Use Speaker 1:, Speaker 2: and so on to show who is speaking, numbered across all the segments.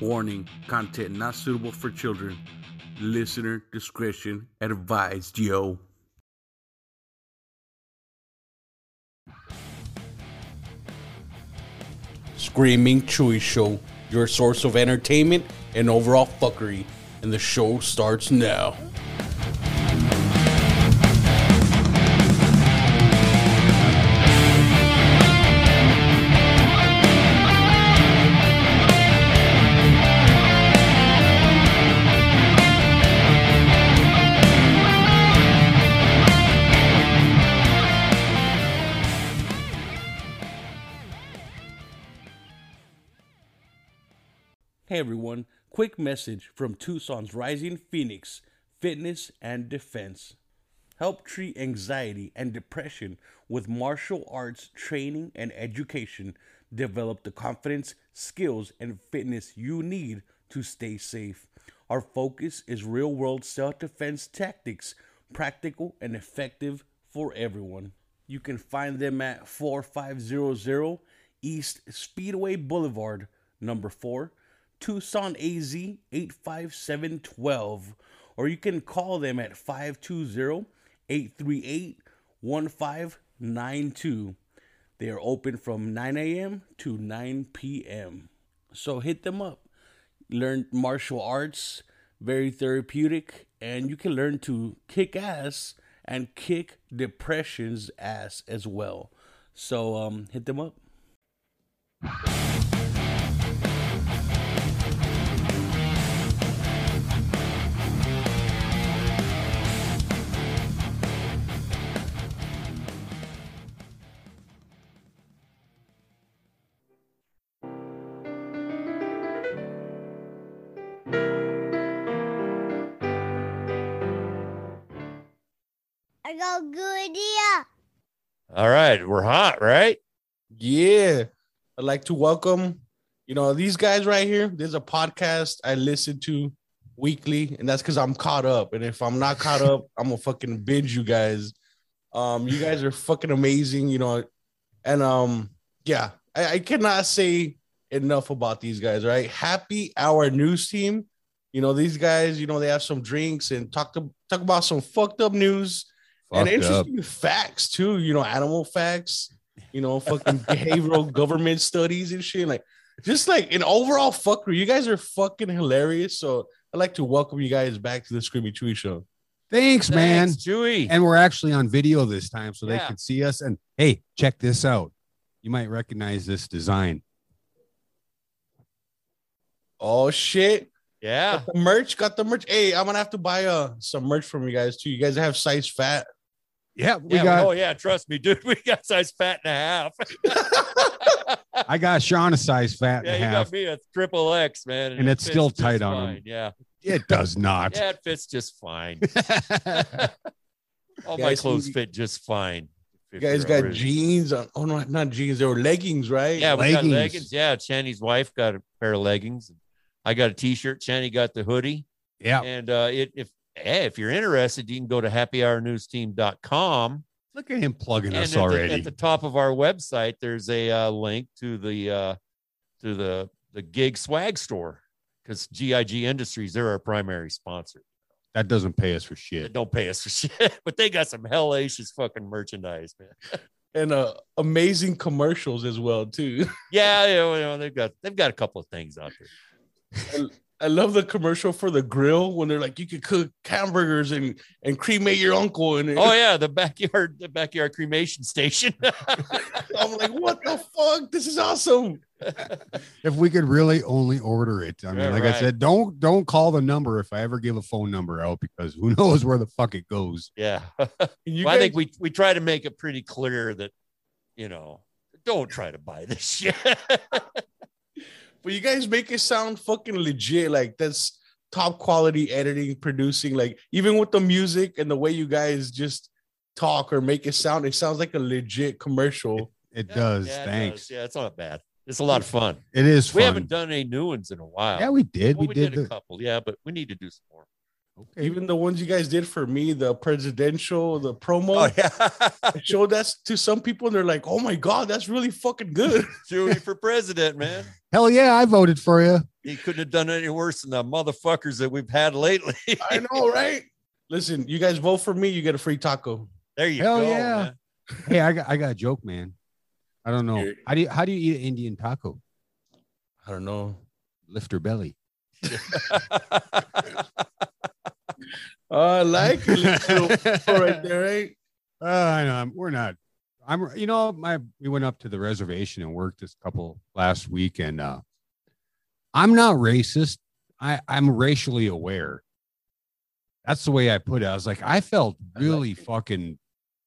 Speaker 1: Warning content not suitable for children. Listener discretion advised, yo.
Speaker 2: Screaming Chewy Show, your source of entertainment and overall fuckery. And the show starts now.
Speaker 1: Hey everyone, quick message from Tucson's Rising Phoenix Fitness and Defense. Help treat anxiety and depression with martial arts training and education. Develop the confidence, skills, and fitness you need to stay safe. Our focus is real world self defense tactics, practical and effective for everyone. You can find them at 4500 East Speedway Boulevard, number 4, Tucson AZ 85712, or you can call them at 520 838 1592. They are open from 9 a.m. to 9 p.m. So hit them up. Learn martial arts, very therapeutic, and you can learn to kick ass and kick depression's ass as well. So um, hit them up.
Speaker 3: I got a good idea.
Speaker 4: All right, we're hot, right?
Speaker 2: Yeah. I'd like to welcome, you know, these guys right here. There's a podcast I listen to weekly, and that's because I'm caught up. And if I'm not caught up, I'm gonna fucking binge you guys. Um, you guys are fucking amazing, you know. And um, yeah, I, I cannot say enough about these guys, right? Happy hour news team. You know, these guys, you know, they have some drinks and talk to talk about some fucked up news and
Speaker 4: Fucked up.
Speaker 2: interesting facts too. You know, animal facts. You know, fucking behavioral government studies and shit. Like, just like an overall fuckery. You guys are fucking hilarious. So I'd like to welcome you guys back to the Screamy Chewy Show.
Speaker 5: Thanks, man.
Speaker 4: Thanks, Chewy.
Speaker 5: And we're actually on video this time so they
Speaker 4: Yeah.
Speaker 5: can see us. And hey, check this out. You might recognize this design.
Speaker 2: Oh shit!
Speaker 4: yeah,
Speaker 2: Got the merch. Got the merch. Hey, I'm gonna have to buy uh some merch from you guys too. You guys have size fat.
Speaker 5: Yeah, we
Speaker 4: yeah.
Speaker 5: got
Speaker 4: oh yeah, trust me, dude. We got size fat and a half.
Speaker 5: I got Sean a size fat and
Speaker 4: yeah,
Speaker 5: a
Speaker 4: you
Speaker 5: half.
Speaker 4: got me a triple X, man,
Speaker 5: And
Speaker 4: it
Speaker 5: it's still
Speaker 4: fits
Speaker 5: tight
Speaker 4: just
Speaker 5: on him.
Speaker 4: fine. Yeah,
Speaker 5: It does not.
Speaker 4: yeah, it fits just fine. All
Speaker 2: Yeah, I
Speaker 4: my
Speaker 2: see
Speaker 4: clothes
Speaker 2: you-
Speaker 4: fit just fine.
Speaker 2: You guys got jeans on. Oh no, not jeans. They were leggings, right?
Speaker 4: Yeah, we got
Speaker 5: leggings.
Speaker 4: leggings. Yeah, Channy's wife got a pair of leggings. I got a t-shirt. Channy got the hoodie.
Speaker 5: Yeah.
Speaker 4: And uh, it, if hey, if you're interested, you can go to happyhournewsteam.com.
Speaker 5: Look at him plugging
Speaker 4: and at
Speaker 5: us
Speaker 4: the-
Speaker 5: already.
Speaker 4: at the top of our website, there's a uh, link to the uh, to the the gig swag store because GIG Industries they're our primary sponsor.
Speaker 5: that doesn't pay us for
Speaker 4: They
Speaker 5: shit.
Speaker 4: don't pay us for shit, but they got some hellacious fucking merchandise, man.
Speaker 2: and uh, amazing commercials as well too.
Speaker 4: Yeah, you know, you know, they've got they've got a couple of things out there.
Speaker 2: I love the commercial for the grill when they're like, you could cook hamburgers and and cremate your uncle. And
Speaker 4: Oh yeah, the backyard the backyard cremation station.
Speaker 2: I'm like, what the fuck? This is awesome.
Speaker 5: If we could really only order it. I mean,
Speaker 4: Yeah,
Speaker 5: like I
Speaker 4: right.
Speaker 5: said, don't don't call the number if I ever give a phone number out because who knows where the fuck it goes.
Speaker 4: yeah,
Speaker 2: And you
Speaker 4: Well, I
Speaker 2: guys-
Speaker 4: think we we try to make it pretty clear that you know don't try to buy this shit.
Speaker 2: but you guys make it sound fucking legit. Like that's top quality editing, producing. Like even with the music and the way you guys just talk or make it sound, it sounds like a legit commercial.
Speaker 5: It
Speaker 4: Yeah,
Speaker 5: does.
Speaker 4: yeah, it does.
Speaker 5: Thanks.
Speaker 4: Yeah, it's not bad. It's a lot of fun.
Speaker 5: It is
Speaker 4: We
Speaker 5: fun.
Speaker 4: haven't done any new ones in a while.
Speaker 5: yeah, we did.
Speaker 4: Well,
Speaker 5: we, did,
Speaker 4: a
Speaker 5: the,
Speaker 4: couple. Yeah, but we need to do some more.
Speaker 5: Okay.
Speaker 2: Even the ones you guys did for me, the presidential, the promo,
Speaker 4: Oh yeah,
Speaker 2: I showed that to some people, and they're like, "Oh my god, that's really fucking good."
Speaker 4: Chewy for president, man.
Speaker 5: Hell yeah, I voted for you.
Speaker 4: He couldn't have done any worse than the motherfuckers that we've had lately.
Speaker 2: I know, right? Listen, you guys vote for me, you get a free taco.
Speaker 4: there you
Speaker 5: Hell
Speaker 4: go.
Speaker 5: yeah.
Speaker 4: man.
Speaker 5: Hey, I got I got a joke, man. I don't know. How do you how do you eat an Indian taco?
Speaker 2: I don't know.
Speaker 5: Lift her belly.
Speaker 2: I like it. Little right there, right?
Speaker 5: Uh, I know. I'm, we're not. I'm. You know, my we went up to the reservation and worked this couple last week, and uh, I'm not racist. I I'm racially aware. That's the way I put it. I was like, I felt really fucking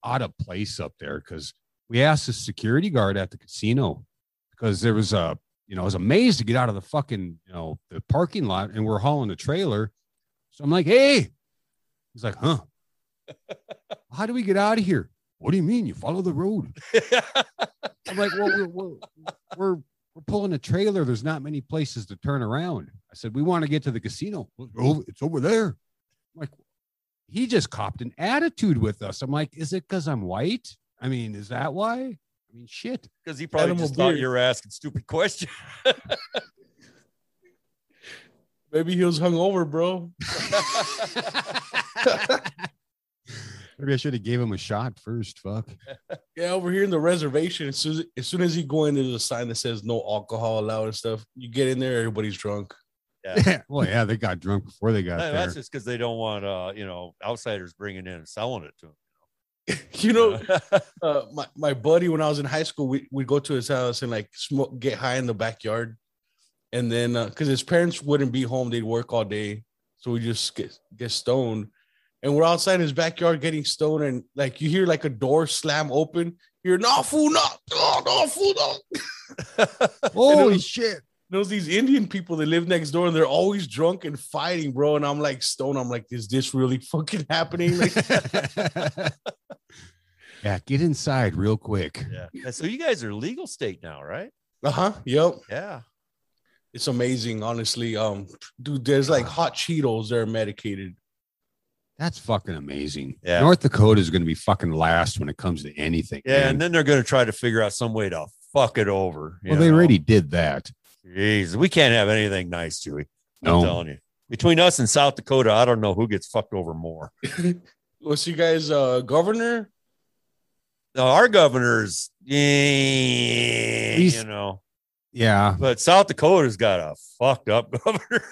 Speaker 5: out of place up there because we asked the security guard at the casino because there was a you know I was amazed to get out of the fucking you know the parking lot and we're hauling the trailer. So I'm like, hey, he's like, huh? How do we get out of here? What do you mean? You follow the road? I'm like, well, we're we're, we're, we're pulling a trailer. There's not many places to turn around. I said, we want to get to the casino. "Well, oh, it's over there. I'm like, he just copped an attitude with us. I'm like, is it because I'm white? I mean, is that why? I mean, shit.
Speaker 4: Because he probably
Speaker 2: Animal
Speaker 4: just thought
Speaker 2: beard.
Speaker 4: you were asking stupid questions.
Speaker 2: Maybe he was hungover, bro.
Speaker 5: Maybe I should have gave him a shot first. Fuck.
Speaker 2: Yeah, over here in the reservation, as soon as, as soon as you go in, there's a sign that says no alcohol allowed and stuff. You get in there, everybody's drunk.
Speaker 5: well, yeah, they got drunk before they got
Speaker 4: No,
Speaker 5: there.
Speaker 4: that's just because they don't want uh, you know outsiders bringing in and selling it to them.
Speaker 2: You know, uh, my, my buddy, when I was in high school, we, we'd go to his house and like smoke, get high in the backyard. And then, because his parents wouldn't be home, they'd work all day. So we just get, get stoned. And we're outside his backyard getting stoned. And like you hear like a door slam open. You're no fool, no, no, no fool, no.
Speaker 5: Holy
Speaker 2: was-
Speaker 5: shit.
Speaker 2: There's these Indian people that live next door and they're always drunk and fighting, bro. And I'm like stoned. I'm like, is this really fucking happening? Like,
Speaker 5: yeah, get inside real quick.
Speaker 4: yeah. And so you guys are legal state now, right?
Speaker 2: uh huh. Yep.
Speaker 4: Yeah.
Speaker 2: It's amazing, honestly. Um, dude, there's like hot Cheetos. They're medicated.
Speaker 5: That's fucking amazing.
Speaker 4: Yeah.
Speaker 5: North Dakota is going to be fucking last when it comes to anything.
Speaker 4: Yeah.
Speaker 5: man.
Speaker 4: And then they're going to try to figure out some way to fuck it over. you
Speaker 5: well, they
Speaker 4: know?
Speaker 5: already did that.
Speaker 4: Jeez, we can't have anything nice, Chewy. I'm
Speaker 5: No,
Speaker 4: telling you. Between us and South Dakota, I don't know who gets fucked over more.
Speaker 2: What's you guys, uh, governor?
Speaker 4: Now, our governor's, eh, you
Speaker 5: He's-
Speaker 4: know,
Speaker 5: yeah,
Speaker 4: but South Dakota's got a fucked up governor.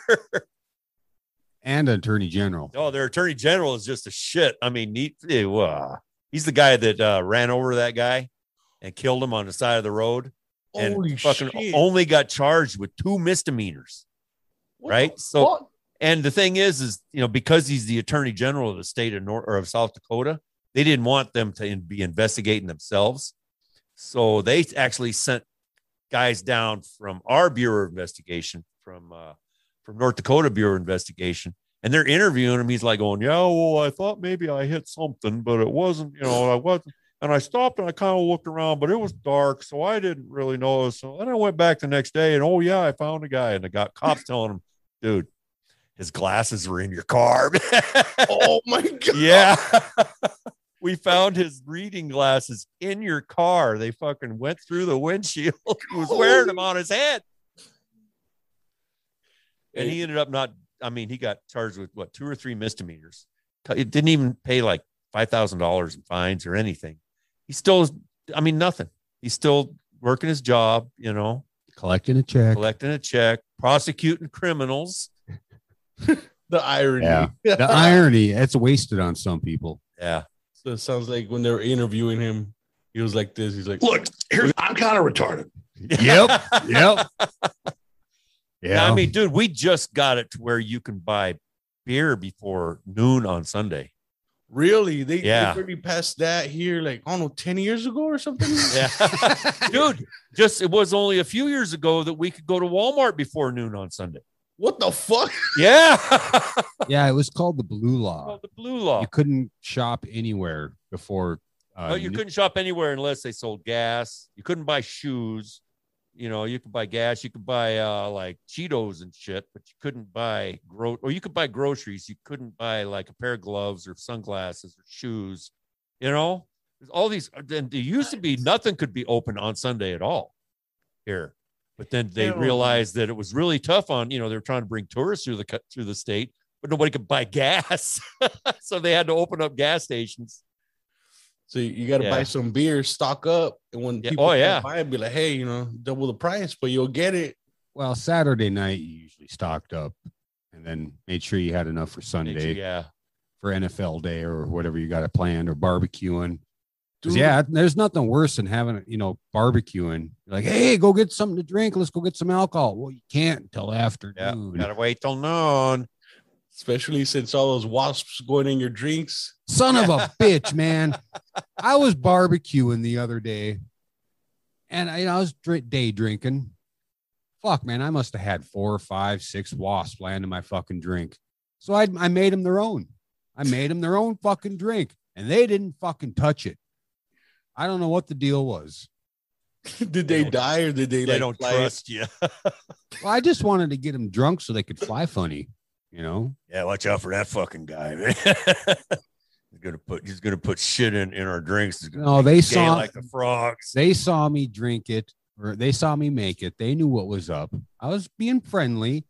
Speaker 5: and Attorney General.
Speaker 4: oh, their attorney general is just a shit. I mean, he, ew, uh, he's the guy that uh, ran over that guy and killed him on the side of the road and
Speaker 2: Holy
Speaker 4: fucking
Speaker 2: shit.
Speaker 4: only got charged with two misdemeanors.
Speaker 2: What
Speaker 4: right?
Speaker 2: the
Speaker 4: So-
Speaker 2: fuck?
Speaker 4: And the thing is, is you know, because he's the attorney general of the state of North or of South Dakota, they didn't want them to in- be investigating themselves, so they actually sent guys down from our bureau of investigation from uh, from North Dakota bureau of investigation, and they're interviewing him. He's like going, "Yeah, well, I thought maybe I hit something, but it wasn't. You know, I wasn't." And I stopped and I kind of looked around, but it was dark, so I didn't really notice. So then I went back the next day, and oh yeah, I found a guy, and the got cops telling him, "Dude, his glasses were in your car.
Speaker 2: oh my god.
Speaker 4: yeah. we found his reading glasses in your car. They fucking went through the windshield. he was wearing them on his head. And he ended up not, I mean, he got charged with what, two or three misdemeanors. It didn't even pay like $5,000 in fines or anything. He still, I mean, nothing. He's still working his job, you know,
Speaker 5: Collecting a check.
Speaker 4: collecting a check, prosecuting criminals.
Speaker 2: The irony.
Speaker 5: Yeah. The irony, it's wasted on some people.
Speaker 4: Yeah.
Speaker 2: so it sounds like when they were interviewing him, he was like this. He's like,
Speaker 6: Look, here's I'm kind of retarded.
Speaker 5: Yep. Yep. Yeah.
Speaker 4: I mean, dude, we just got it to where you can buy beer before noon on Sunday.
Speaker 2: really? They,
Speaker 4: Yeah.
Speaker 2: they already passed that here, like I don't know, ten years ago or something.
Speaker 4: Yeah. dude, just it was only a few years ago that we could go to Walmart before noon on Sunday.
Speaker 2: What the fuck?
Speaker 4: Yeah.
Speaker 5: yeah, it was called the Blue
Speaker 4: Well,
Speaker 5: Law.
Speaker 4: the blue law.
Speaker 5: You couldn't shop anywhere before. Uh,
Speaker 4: But Oh, you
Speaker 5: noon.
Speaker 4: couldn't shop anywhere unless they sold gas. You couldn't buy shoes. You know, you could buy gas, you could buy uh, like Cheetos and shit, but you couldn't buy gro or you could buy groceries. You couldn't buy like a pair of gloves or sunglasses or shoes. You know, there's all these. uh, Then there used to be nothing could be open on Sunday at all here, but then they
Speaker 1: Ew.
Speaker 4: realized that it was really tough on. You know, they were trying to bring tourists through the co- through the state, but nobody could buy gas, so they had to open up gas stations.
Speaker 2: So you got to
Speaker 4: Yeah.
Speaker 2: buy some beer, stock up, and when
Speaker 4: Yeah.
Speaker 2: people
Speaker 4: Oh,
Speaker 2: come
Speaker 4: yeah.
Speaker 2: buy it, be like, hey, you know, double the price, but you'll get it.
Speaker 5: Well, Saturday night you usually stocked up, and then made sure you had enough for Sunday
Speaker 4: Yeah,
Speaker 5: for NFL day or whatever you got it planned or barbecuing. 'Cause,
Speaker 2: Dude.
Speaker 5: yeah, there's nothing worse than having you know barbecuing. You're like, hey, go get something to drink. Let's go get some alcohol. Well, you can't until after
Speaker 4: yeah.
Speaker 5: noon.
Speaker 4: Gotta wait till noon.
Speaker 2: Especially since all those wasps going in your drinks.
Speaker 5: Son of a bitch, man! I was barbecuing the other day, and I, I was dr- day drinking. Fuck, man! I must have had four, five, six wasps land in my fucking drink. So I I made them their own. I made them their own fucking drink, and they didn't fucking touch it. I don't know what the deal was.
Speaker 2: did they,
Speaker 4: don't-
Speaker 2: die or did they,
Speaker 4: They
Speaker 2: like
Speaker 4: don't
Speaker 2: fly-
Speaker 4: trust you.
Speaker 5: Well, I just wanted to get them drunk so they could fly funny, you know.
Speaker 4: Yeah, watch out for that fucking guy, man. he's gonna put he's gonna put shit in in our drinks. He's gonna
Speaker 5: No,
Speaker 4: make
Speaker 5: they
Speaker 4: us gay
Speaker 5: saw-
Speaker 4: like the frogs.
Speaker 5: They saw me drink it, or they saw me make it. They knew what was up. I was being friendly,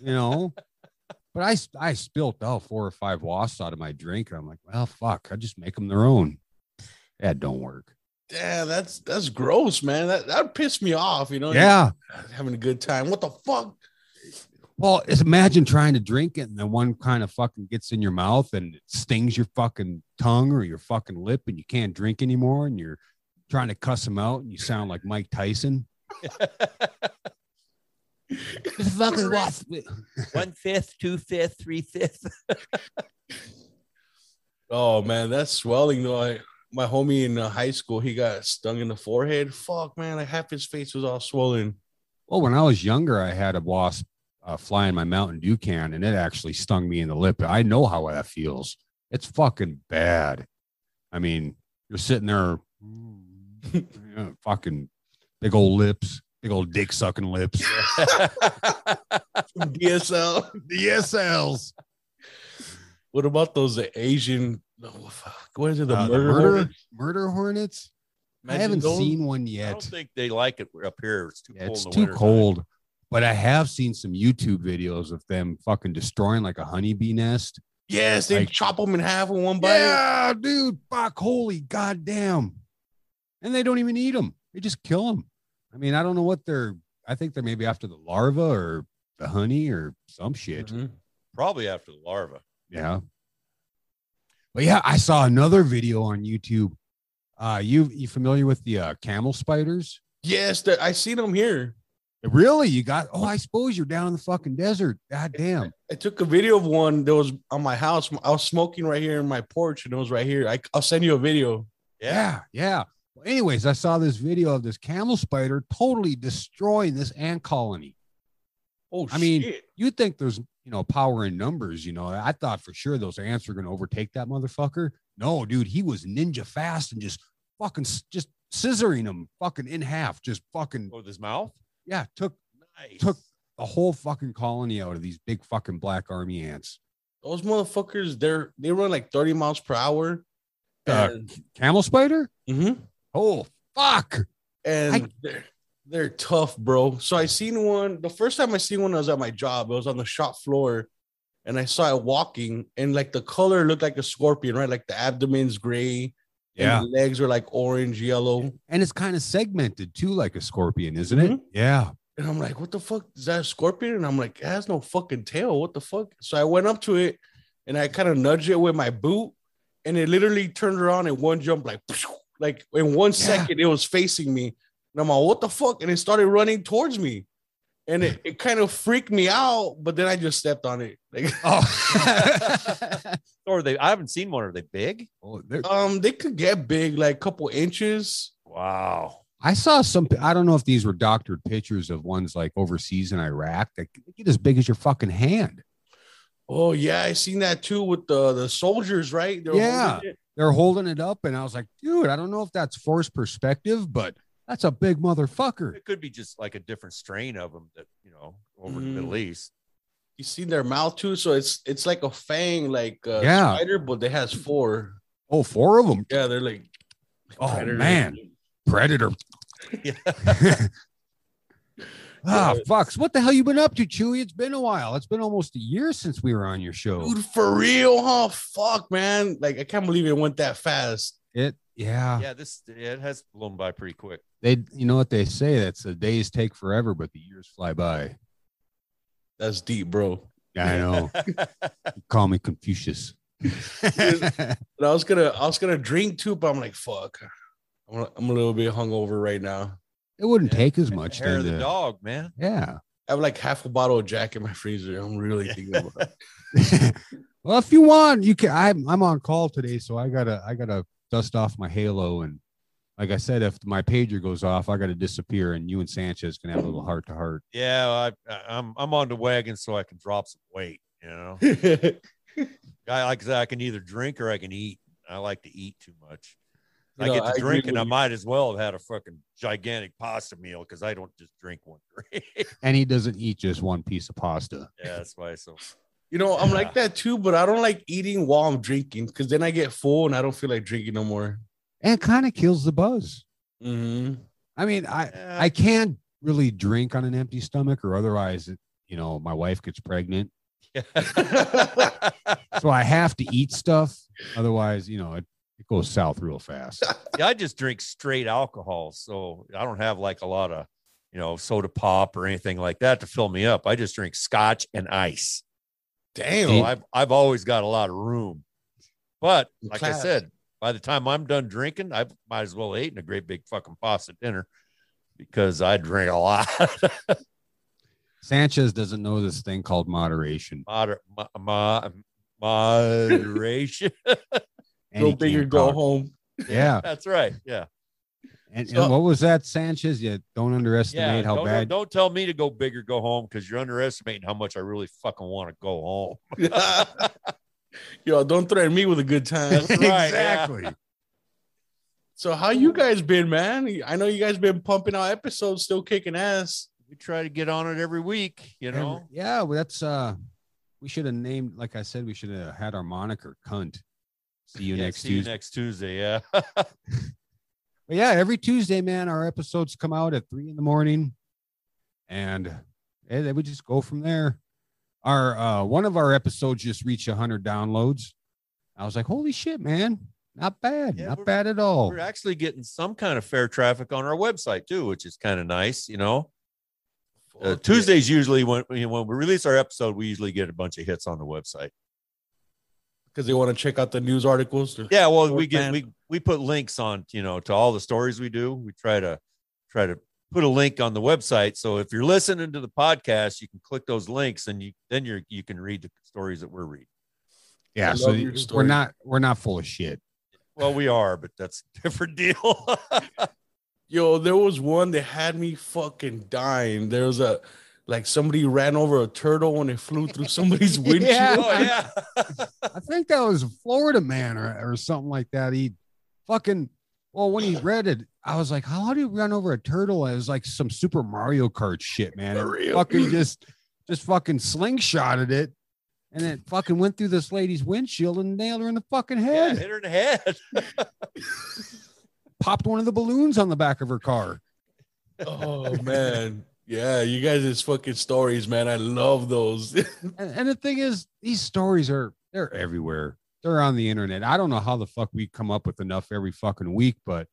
Speaker 5: you know. but I s- I spilt out four or five wasps out of my drink, and I'm like, well, fuck, I just make them their own. That don't work.
Speaker 2: Yeah, that's that's gross, man. That that pissed me off, you know.
Speaker 5: Yeah.
Speaker 2: Having a good time. What the fuck?
Speaker 5: Well, it's imagine trying to drink it, and then one kind of fucking gets in your mouth and it stings your fucking tongue or your fucking lip, and you can't drink anymore, and you're trying to cuss them out, and you sound like Mike Tyson. This fucking wasp.
Speaker 4: One fifth, two fifth, three fifth.
Speaker 2: Oh man, that's swelling though. I, my homie in uh, high school, he got stung in the forehead. Fuck, man, like half his face was all swollen.
Speaker 5: Well, when I was younger, I had a wasp uh, fly in my Mountain Dew can, and it actually stung me in the lip. I know how that feels. It's fucking bad. I mean, you're sitting there, yeah, fucking big old lips, big old dick sucking lips.
Speaker 2: DSL.
Speaker 5: DSLs.
Speaker 2: What about those Asian? Oh, fuck. What is it? The
Speaker 5: Uh, the
Speaker 2: murder?
Speaker 5: murder?
Speaker 2: hornet?
Speaker 5: Murder hornets.
Speaker 2: Imagine
Speaker 5: I haven't
Speaker 2: those.
Speaker 5: seen one
Speaker 4: I don't
Speaker 5: yet.
Speaker 4: think they like it up here. It's too
Speaker 5: Yeah,
Speaker 4: cold.
Speaker 5: it's
Speaker 4: in the
Speaker 5: too
Speaker 4: wintertime.
Speaker 5: cold. But I have seen some YouTube videos of them fucking destroying like a honeybee nest.
Speaker 2: Yes, they
Speaker 5: Like-
Speaker 2: chop them in half with one bite.
Speaker 5: Yeah, dude, fuck, holy goddamn. And they don't even eat them. They just kill them. I mean, I don't know what they're, I think they're maybe after the larva or the honey or some shit.
Speaker 2: Mhm.
Speaker 4: Probably after the larva.
Speaker 5: Yeah. But yeah, I saw another video on YouTube. Uh, you, you familiar with the uh, camel spiders?
Speaker 2: Yes, that I seen them here.
Speaker 5: Really? You got, oh, I suppose you're down in the fucking desert. God damn.
Speaker 2: I took a video of one that was on my house. I was smoking right here in my porch, and it was right here. I, I'll send you a video.
Speaker 4: Yeah.
Speaker 5: Yeah. Yeah. Well, anyways, I saw this video of this camel spider totally destroying this ant colony.
Speaker 2: Oh,
Speaker 5: I mean, you think there's you know power in numbers you know i thought for sure those ants were going to overtake that motherfucker no dude he was ninja fast and just fucking s- just scissoring him fucking in half just fucking
Speaker 4: Oh, With his mouth.
Speaker 5: yeah took
Speaker 4: Nice.
Speaker 5: Took- a whole fucking colony out of these big fucking black army ants
Speaker 2: those motherfuckers, they're they run like 30 miles per hour.
Speaker 5: Uh,
Speaker 2: And,
Speaker 5: camel spider
Speaker 2: Mhm.
Speaker 5: oh fuck
Speaker 2: and
Speaker 5: I-
Speaker 2: they're, they're tough, bro. So I seen one the first time I seen one, I was at my job, I was on the shop floor. And I saw it walking, and like the color looked like a scorpion, right? Like the abdomen's gray, and the legs were like orange, yellow.
Speaker 5: and it's kind of segmented too like a scorpion isn't it
Speaker 2: Mhm.
Speaker 5: yeah
Speaker 2: And I'm like, what the fuck? Is that a scorpion? And I'm like, it has no fucking tail. What the fuck? So I went up to it and I kind of nudged it with my boot. And it literally turned around in one jump, like, like in one
Speaker 5: Yeah.
Speaker 2: second, it was facing me. And I'm like, what the fuck? And it started running towards me. And it, it kind of freaked me out, but then I just stepped on it. Like,
Speaker 5: oh
Speaker 4: Or they. I haven't seen one. Are they big?
Speaker 5: Oh, they're-
Speaker 2: um, they could get big, like a couple inches.
Speaker 4: Wow.
Speaker 5: I saw some. I don't know if these were doctored pictures of ones like overseas in Iraq that they get as big as your fucking hand.
Speaker 2: Oh, yeah, I seen that too with the, the soldiers, right? They were
Speaker 5: Yeah.
Speaker 2: holding it.
Speaker 5: They're holding it up, and I was like, dude, I don't know if that's forced perspective, but That's a big motherfucker.
Speaker 4: It could be just like a different strain of them that you know over in
Speaker 2: Mhm.
Speaker 4: the Middle East.
Speaker 2: You see their mouth too, so it's it's like a fang, like a
Speaker 5: Yeah.
Speaker 2: spider, but they has four.
Speaker 5: Oh, four of them.
Speaker 2: Yeah, they're like
Speaker 5: Oh
Speaker 2: predator.
Speaker 5: man, predator.
Speaker 4: Yeah.
Speaker 5: Ah, fucks. What the hell you been up to, Chewy? It's been a while. It's been almost a year since we were on your show.
Speaker 2: dude, for real, huh? Fuck, man! Like I can't believe it went that fast.
Speaker 5: It, yeah.
Speaker 4: Yeah, this it has blown by pretty quick.
Speaker 5: They, you know what they say? That's the days take forever, but the years fly by.
Speaker 2: That's deep, bro.
Speaker 5: I know. Call me Confucius.
Speaker 2: And I was gonna I was gonna drink too, but I'm like, fuck, I'm a, I'm a little bit hungover right now.
Speaker 5: It wouldn't
Speaker 4: Yeah.
Speaker 5: take as
Speaker 4: Much
Speaker 5: much.
Speaker 4: hair of
Speaker 5: Then
Speaker 4: the
Speaker 5: to,
Speaker 4: dog, man.
Speaker 5: yeah.
Speaker 2: I have like half a bottle of Jack in my freezer. I'm really thinking about it.
Speaker 5: well, if you want, you can. I'm I'm on call today, so I gotta I gotta dust off my halo and, like I said, if my pager goes off, I gotta disappear, and you and Sanchez can have a little heart to heart.
Speaker 4: Yeah, I, I, I'm I'm on the wagon so I can drop some weight. You know, I like I said, I can either drink or I can eat. I like to eat too much.
Speaker 2: You
Speaker 4: I
Speaker 2: know,
Speaker 4: get to
Speaker 2: I agree
Speaker 4: drink, and
Speaker 2: with
Speaker 4: I
Speaker 2: you.
Speaker 4: might as well have had a fucking gigantic pasta meal because I don't just drink one drink. yeah,
Speaker 5: And he doesn't eat just one piece of pasta.
Speaker 4: that's why. So
Speaker 2: You know, I'm like
Speaker 4: Yeah.
Speaker 2: that too, but I don't like eating while I'm drinking because then I get full and I don't feel like drinking no more.
Speaker 5: And it kind of kills the buzz.
Speaker 2: Mm-hmm.
Speaker 5: I mean, I I can't really drink on an empty stomach, or otherwise, it, you know, my wife gets pregnant,
Speaker 4: yeah.
Speaker 5: so I have to eat stuff. Otherwise, you know, it, it goes south real fast.
Speaker 4: Yeah, I just drink straight alcohol, so I don't have like a lot of, you know, soda pop or anything like that to fill me up. I just drink scotch and ice.
Speaker 2: Damn.
Speaker 4: So I've I've always got a lot of room. But
Speaker 2: In
Speaker 4: like I
Speaker 2: class.
Speaker 4: said, by the time I'm done drinking, I might as well have eaten a great big fucking pasta dinner because I drink a lot.
Speaker 5: Sanchez doesn't know this thing called moderation.
Speaker 4: Moder- mo- mo- moderation.
Speaker 5: and
Speaker 2: go
Speaker 5: he
Speaker 2: big or
Speaker 5: can't
Speaker 2: go
Speaker 5: talk.
Speaker 2: home.
Speaker 5: Yeah.
Speaker 4: That's right. Yeah.
Speaker 5: And, and
Speaker 2: So-
Speaker 5: what was that, Sanchez? Yeah, don't
Speaker 4: Yeah.
Speaker 5: underestimate how
Speaker 4: Don't,
Speaker 5: bad.
Speaker 4: don't tell me to go big or go home because you're underestimating how much I really fucking want to go home.
Speaker 2: Yo, don't threaten me with a good time.
Speaker 4: That's right.
Speaker 5: exactly.
Speaker 2: so how you guys been, man? I know you guys been pumping out episodes, still kicking ass.
Speaker 4: we try to get on it every week, you
Speaker 5: And-
Speaker 4: know.
Speaker 5: yeah, well, that's uh, we should have named. Like I said, we should have had our moniker "cunt." See you
Speaker 4: Yeah,
Speaker 5: next
Speaker 4: see
Speaker 5: Tuesday.
Speaker 4: you next Tuesday. Yeah.
Speaker 5: But yeah, every Tuesday, man, our episodes come out at three in the morning, and eh, they would just go from there. Our uh, one of our episodes just reached hundred downloads. I was like, "Holy shit, man! Not bad,
Speaker 4: Yeah,
Speaker 5: not
Speaker 4: we're-
Speaker 5: bad at all."
Speaker 4: We're actually getting some kind of fair traffic on our website too, which is kind of nice, you know. Uh,
Speaker 2: Fuck
Speaker 4: Tuesdays usually when you know, when we release our episode, we usually get a bunch of hits on the website.
Speaker 2: because they want to check out the news articles.
Speaker 4: Yeah, well, we
Speaker 2: North
Speaker 4: get
Speaker 2: Bend.
Speaker 4: we we put links on you know to all the stories we do. We try to try to put a link on the website, so if you're listening to the podcast, you can click those links and you then you you can read the stories that we're reading.
Speaker 5: yeah,
Speaker 2: I
Speaker 5: so
Speaker 2: love your
Speaker 5: y- we're
Speaker 2: story.
Speaker 5: not we're not full of shit.
Speaker 4: Well, we are, but that's a different deal. Oh,
Speaker 2: Yo, there was one that had me fucking dying. There was a like somebody ran over a turtle and it flew through somebody's windshield.
Speaker 4: oh yeah.
Speaker 5: I think that was a Florida man or, or something like that. He fucking well, when he read it, I was like, How do you run over a turtle? It was like some Super Mario Kart shit, man.
Speaker 2: For
Speaker 5: It
Speaker 2: real.
Speaker 5: fucking just just fucking slingshotted it and it fucking went through this lady's windshield and nailed her in the fucking
Speaker 4: Yeah,
Speaker 5: head.
Speaker 4: hit her in the head.
Speaker 5: Popped one of the balloons on the back of her car.
Speaker 2: Oh man. Yeah, you guys is fucking stories, man. I love those.
Speaker 5: And, and the thing is, these stories are they're everywhere. They're on the internet. I don't know how the fuck we come up with enough every fucking week, but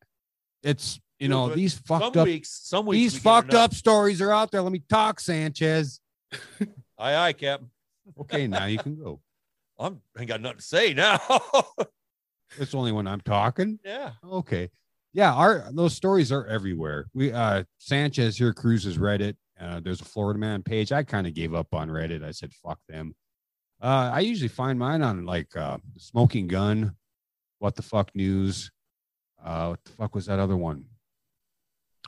Speaker 5: it's you
Speaker 4: Dude,
Speaker 5: know,
Speaker 4: but
Speaker 5: these
Speaker 4: Some
Speaker 5: fucked up
Speaker 4: weeks, some weeks
Speaker 5: These
Speaker 4: we get
Speaker 5: fucked
Speaker 4: enough.
Speaker 5: up stories are out there. Let me talk, Sanchez.
Speaker 4: Aye, aye, Captain.
Speaker 5: Okay, now you can go.
Speaker 4: I'm I ain't got nothing to say now.
Speaker 5: It's only when I'm talking.
Speaker 4: yeah,
Speaker 5: Okay. Yeah, our those stories are everywhere. We uh Sanchez here cruises Reddit. Uh there's a Florida man page. I kind of gave up on Reddit. I said fuck them. Uh I usually find mine on like uh smoking gun, what the fuck news. Uh what the fuck was that other one?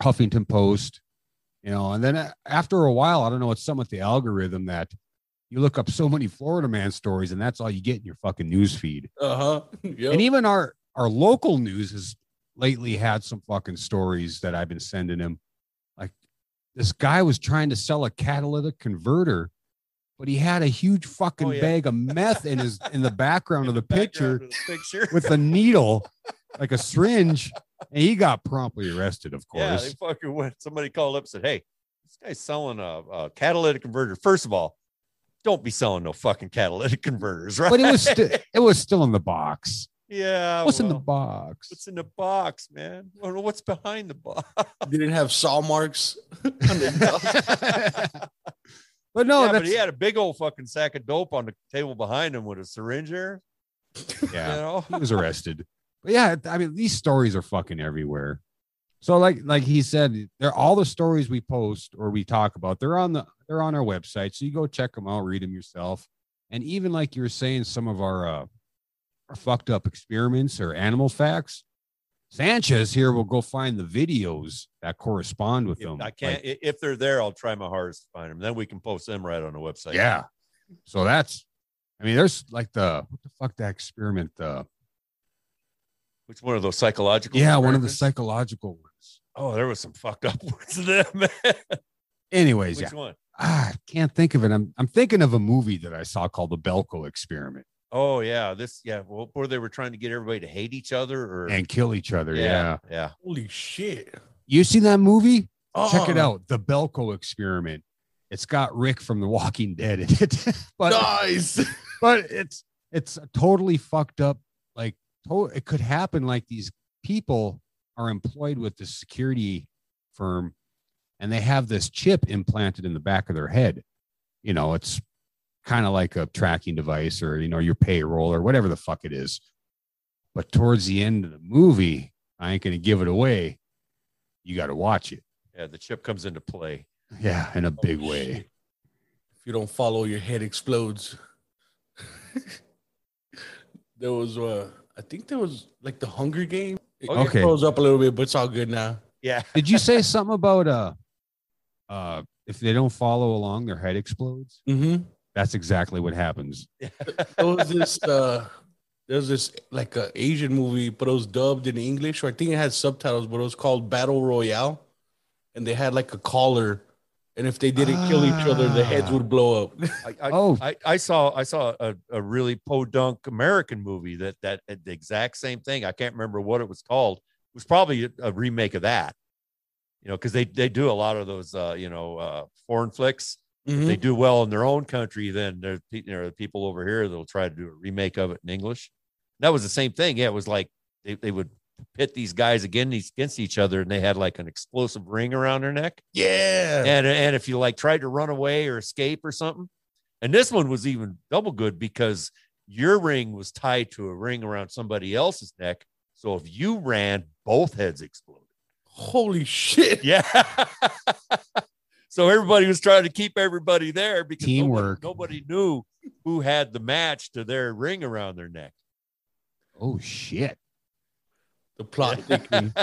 Speaker 5: Huffington Post, you know, and then a- after a while, I don't know, it's some with the algorithm that you look up so many Florida man stories and that's all you get in your fucking news feed
Speaker 2: Uh-huh. Yep.
Speaker 5: and even our our local news is lately had some fucking stories that I've been sending him. Like this guy was trying to sell a catalytic converter, but he had a huge fucking
Speaker 4: Oh, yeah.
Speaker 5: bag of meth in his in the background of the, picture
Speaker 4: Background of the picture.
Speaker 5: with a needle, like a syringe, and he got promptly arrested, of
Speaker 4: yeah, they
Speaker 5: course.
Speaker 4: fucking went. Somebody called up and said, "Hey, this guy's selling a, a catalytic converter." First of all, don't be selling no fucking catalytic converters, right?
Speaker 5: but it was still it was still in the box.
Speaker 4: yeah.
Speaker 5: What's in the
Speaker 4: well,
Speaker 5: box?
Speaker 4: What's in the box, man? I don't know what's behind the box.
Speaker 2: Didn't have saw marks. on the-
Speaker 5: but no,
Speaker 4: yeah,
Speaker 5: Oh, that's,
Speaker 4: but he had a big old fucking sack of dope on the table behind him with a syringe there.
Speaker 5: yeah.
Speaker 4: You know?
Speaker 5: he was arrested. But yeah, I mean, these stories are fucking everywhere. So like like he said, they're all the stories we post or we talk about. They're on the they're on our website, so you go check them out, read them yourself. And even like you were saying, some of our uh, our fucked up experiments or animal facts. Sanchez here will go find the videos that correspond with
Speaker 4: If
Speaker 5: them.
Speaker 4: I can't.
Speaker 5: Like,
Speaker 4: i- if they're there, I'll try my hardest to find them. Then we can post them right on the website.
Speaker 5: yeah. So that's. I mean, there's like the what the fuck that experiment. Uh,
Speaker 4: Which one of those psychological?
Speaker 5: yeah, one of the
Speaker 4: experiments?
Speaker 5: psychological ones.
Speaker 4: Oh, there was some fucked up ones in there, man.
Speaker 5: Anyways,
Speaker 4: Which
Speaker 5: yeah.
Speaker 4: one?
Speaker 5: ah, I can't think of it. I'm I'm thinking of a movie that I saw called The Belko Experiment
Speaker 4: Oh yeah, this yeah, well, where they were trying to get everybody to hate each other or
Speaker 5: and kill each other. Yeah.
Speaker 4: yeah.
Speaker 2: Holy shit.
Speaker 5: You seen that movie? Check it
Speaker 2: Oh,
Speaker 5: out. The Belko Experiment. It's got Rick from The Walking Dead in it. but
Speaker 2: Nice.
Speaker 5: but it's it's a totally fucked up like to- it could happen like these people are employed with this security firm and they have this chip implanted in the back of their head you know it's kind of like a tracking device or you know your payroll or whatever the fuck it is but towards the end of the movie i ain't gonna give it away you gotta watch it
Speaker 4: Yeah, the chip comes into play.
Speaker 5: yeah in a big
Speaker 2: shit.
Speaker 5: way
Speaker 2: if you don't follow, your head explodes. there was, uh, I think there was like the Hunger Game. It
Speaker 5: Okay.
Speaker 2: froze up a little bit, but it's all good now.
Speaker 4: Yeah.
Speaker 5: did you say something about uh uh if they don't follow along their head explodes
Speaker 2: Mm-hmm.
Speaker 5: That's exactly what happens.
Speaker 2: There was this, uh, there was this like uh, Asian movie, but it was dubbed in English, or I think it had subtitles, but it was called Battle Royale, and they had like a caller, and if they didn't kill each other, the heads
Speaker 5: Ah.
Speaker 2: would blow up.
Speaker 4: I, I,
Speaker 5: Oh.
Speaker 4: I, I saw I saw a, a really podunk American movie that that had the exact same thing. I can't remember what it was called. It was probably a, a remake of that. You know, because they they do a lot of those uh, you know uh, foreign flicks. If
Speaker 2: Mhm.
Speaker 4: They do well in their own country. Then there pe- there are people over here that'll try to do a remake of it in English. That was the same thing. Yeah, it was like they, they would pit these guys again these- against each other, and they had like an explosive ring around their neck
Speaker 2: Yeah.
Speaker 4: and and if you like tried to run away or escape or something and this one was even double good because your ring was tied to a ring around somebody else's neck so if you ran both heads exploded
Speaker 2: Holy shit.
Speaker 4: yeah so everybody was trying to keep everybody there because nobody-
Speaker 5: Teamwork.
Speaker 4: nobody, knew who had the match to their ring around their neck
Speaker 5: Oh shit.
Speaker 2: The plot thickens.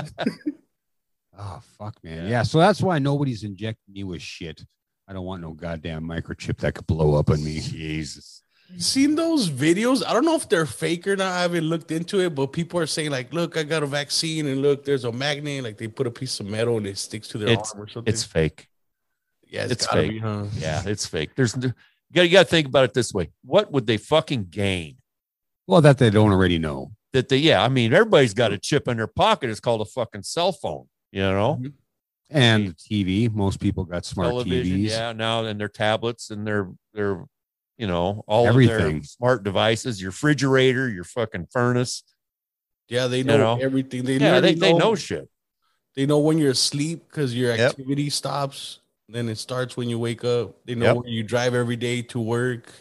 Speaker 5: Oh fuck, man.
Speaker 4: Yeah.
Speaker 5: Yeah. So that's why nobody's injecting me with shit. I don't want no goddamn microchip that could blow up on me.
Speaker 4: jesus
Speaker 2: You seen those videos? I don't know if they're fake or not. I haven't looked into it, but people are saying like, "Look, I got a vaccine, and look, there's a magnet." Like they put a piece of metal and it sticks to their
Speaker 4: It's-
Speaker 2: arm or something.
Speaker 4: it's fake
Speaker 2: yeah,
Speaker 4: it's
Speaker 2: gotta
Speaker 4: fake.
Speaker 2: be, huh?
Speaker 4: yeah it's fake there's no- you gotta, you gotta think about it this way what would they fucking gain
Speaker 5: Well, that they don't already know.
Speaker 4: that they yeah i mean everybody's got a chip in their pocket it's called a fucking cell phone you know
Speaker 5: And the TV, most people got smart
Speaker 4: television
Speaker 5: TVs.
Speaker 4: yeah now and their tablets and their their you know all of their
Speaker 5: Everything.
Speaker 4: smart devices your refrigerator your fucking furnace
Speaker 2: Yeah, they
Speaker 4: You
Speaker 2: know,
Speaker 4: know?
Speaker 2: everything. They
Speaker 4: yeah
Speaker 2: literally
Speaker 4: they, they know
Speaker 2: know.
Speaker 4: shit
Speaker 2: They know when you're asleep because your
Speaker 4: Yep.
Speaker 2: activity stops. Then it starts when you wake up. They know
Speaker 4: Yep.
Speaker 2: when you drive every day to work.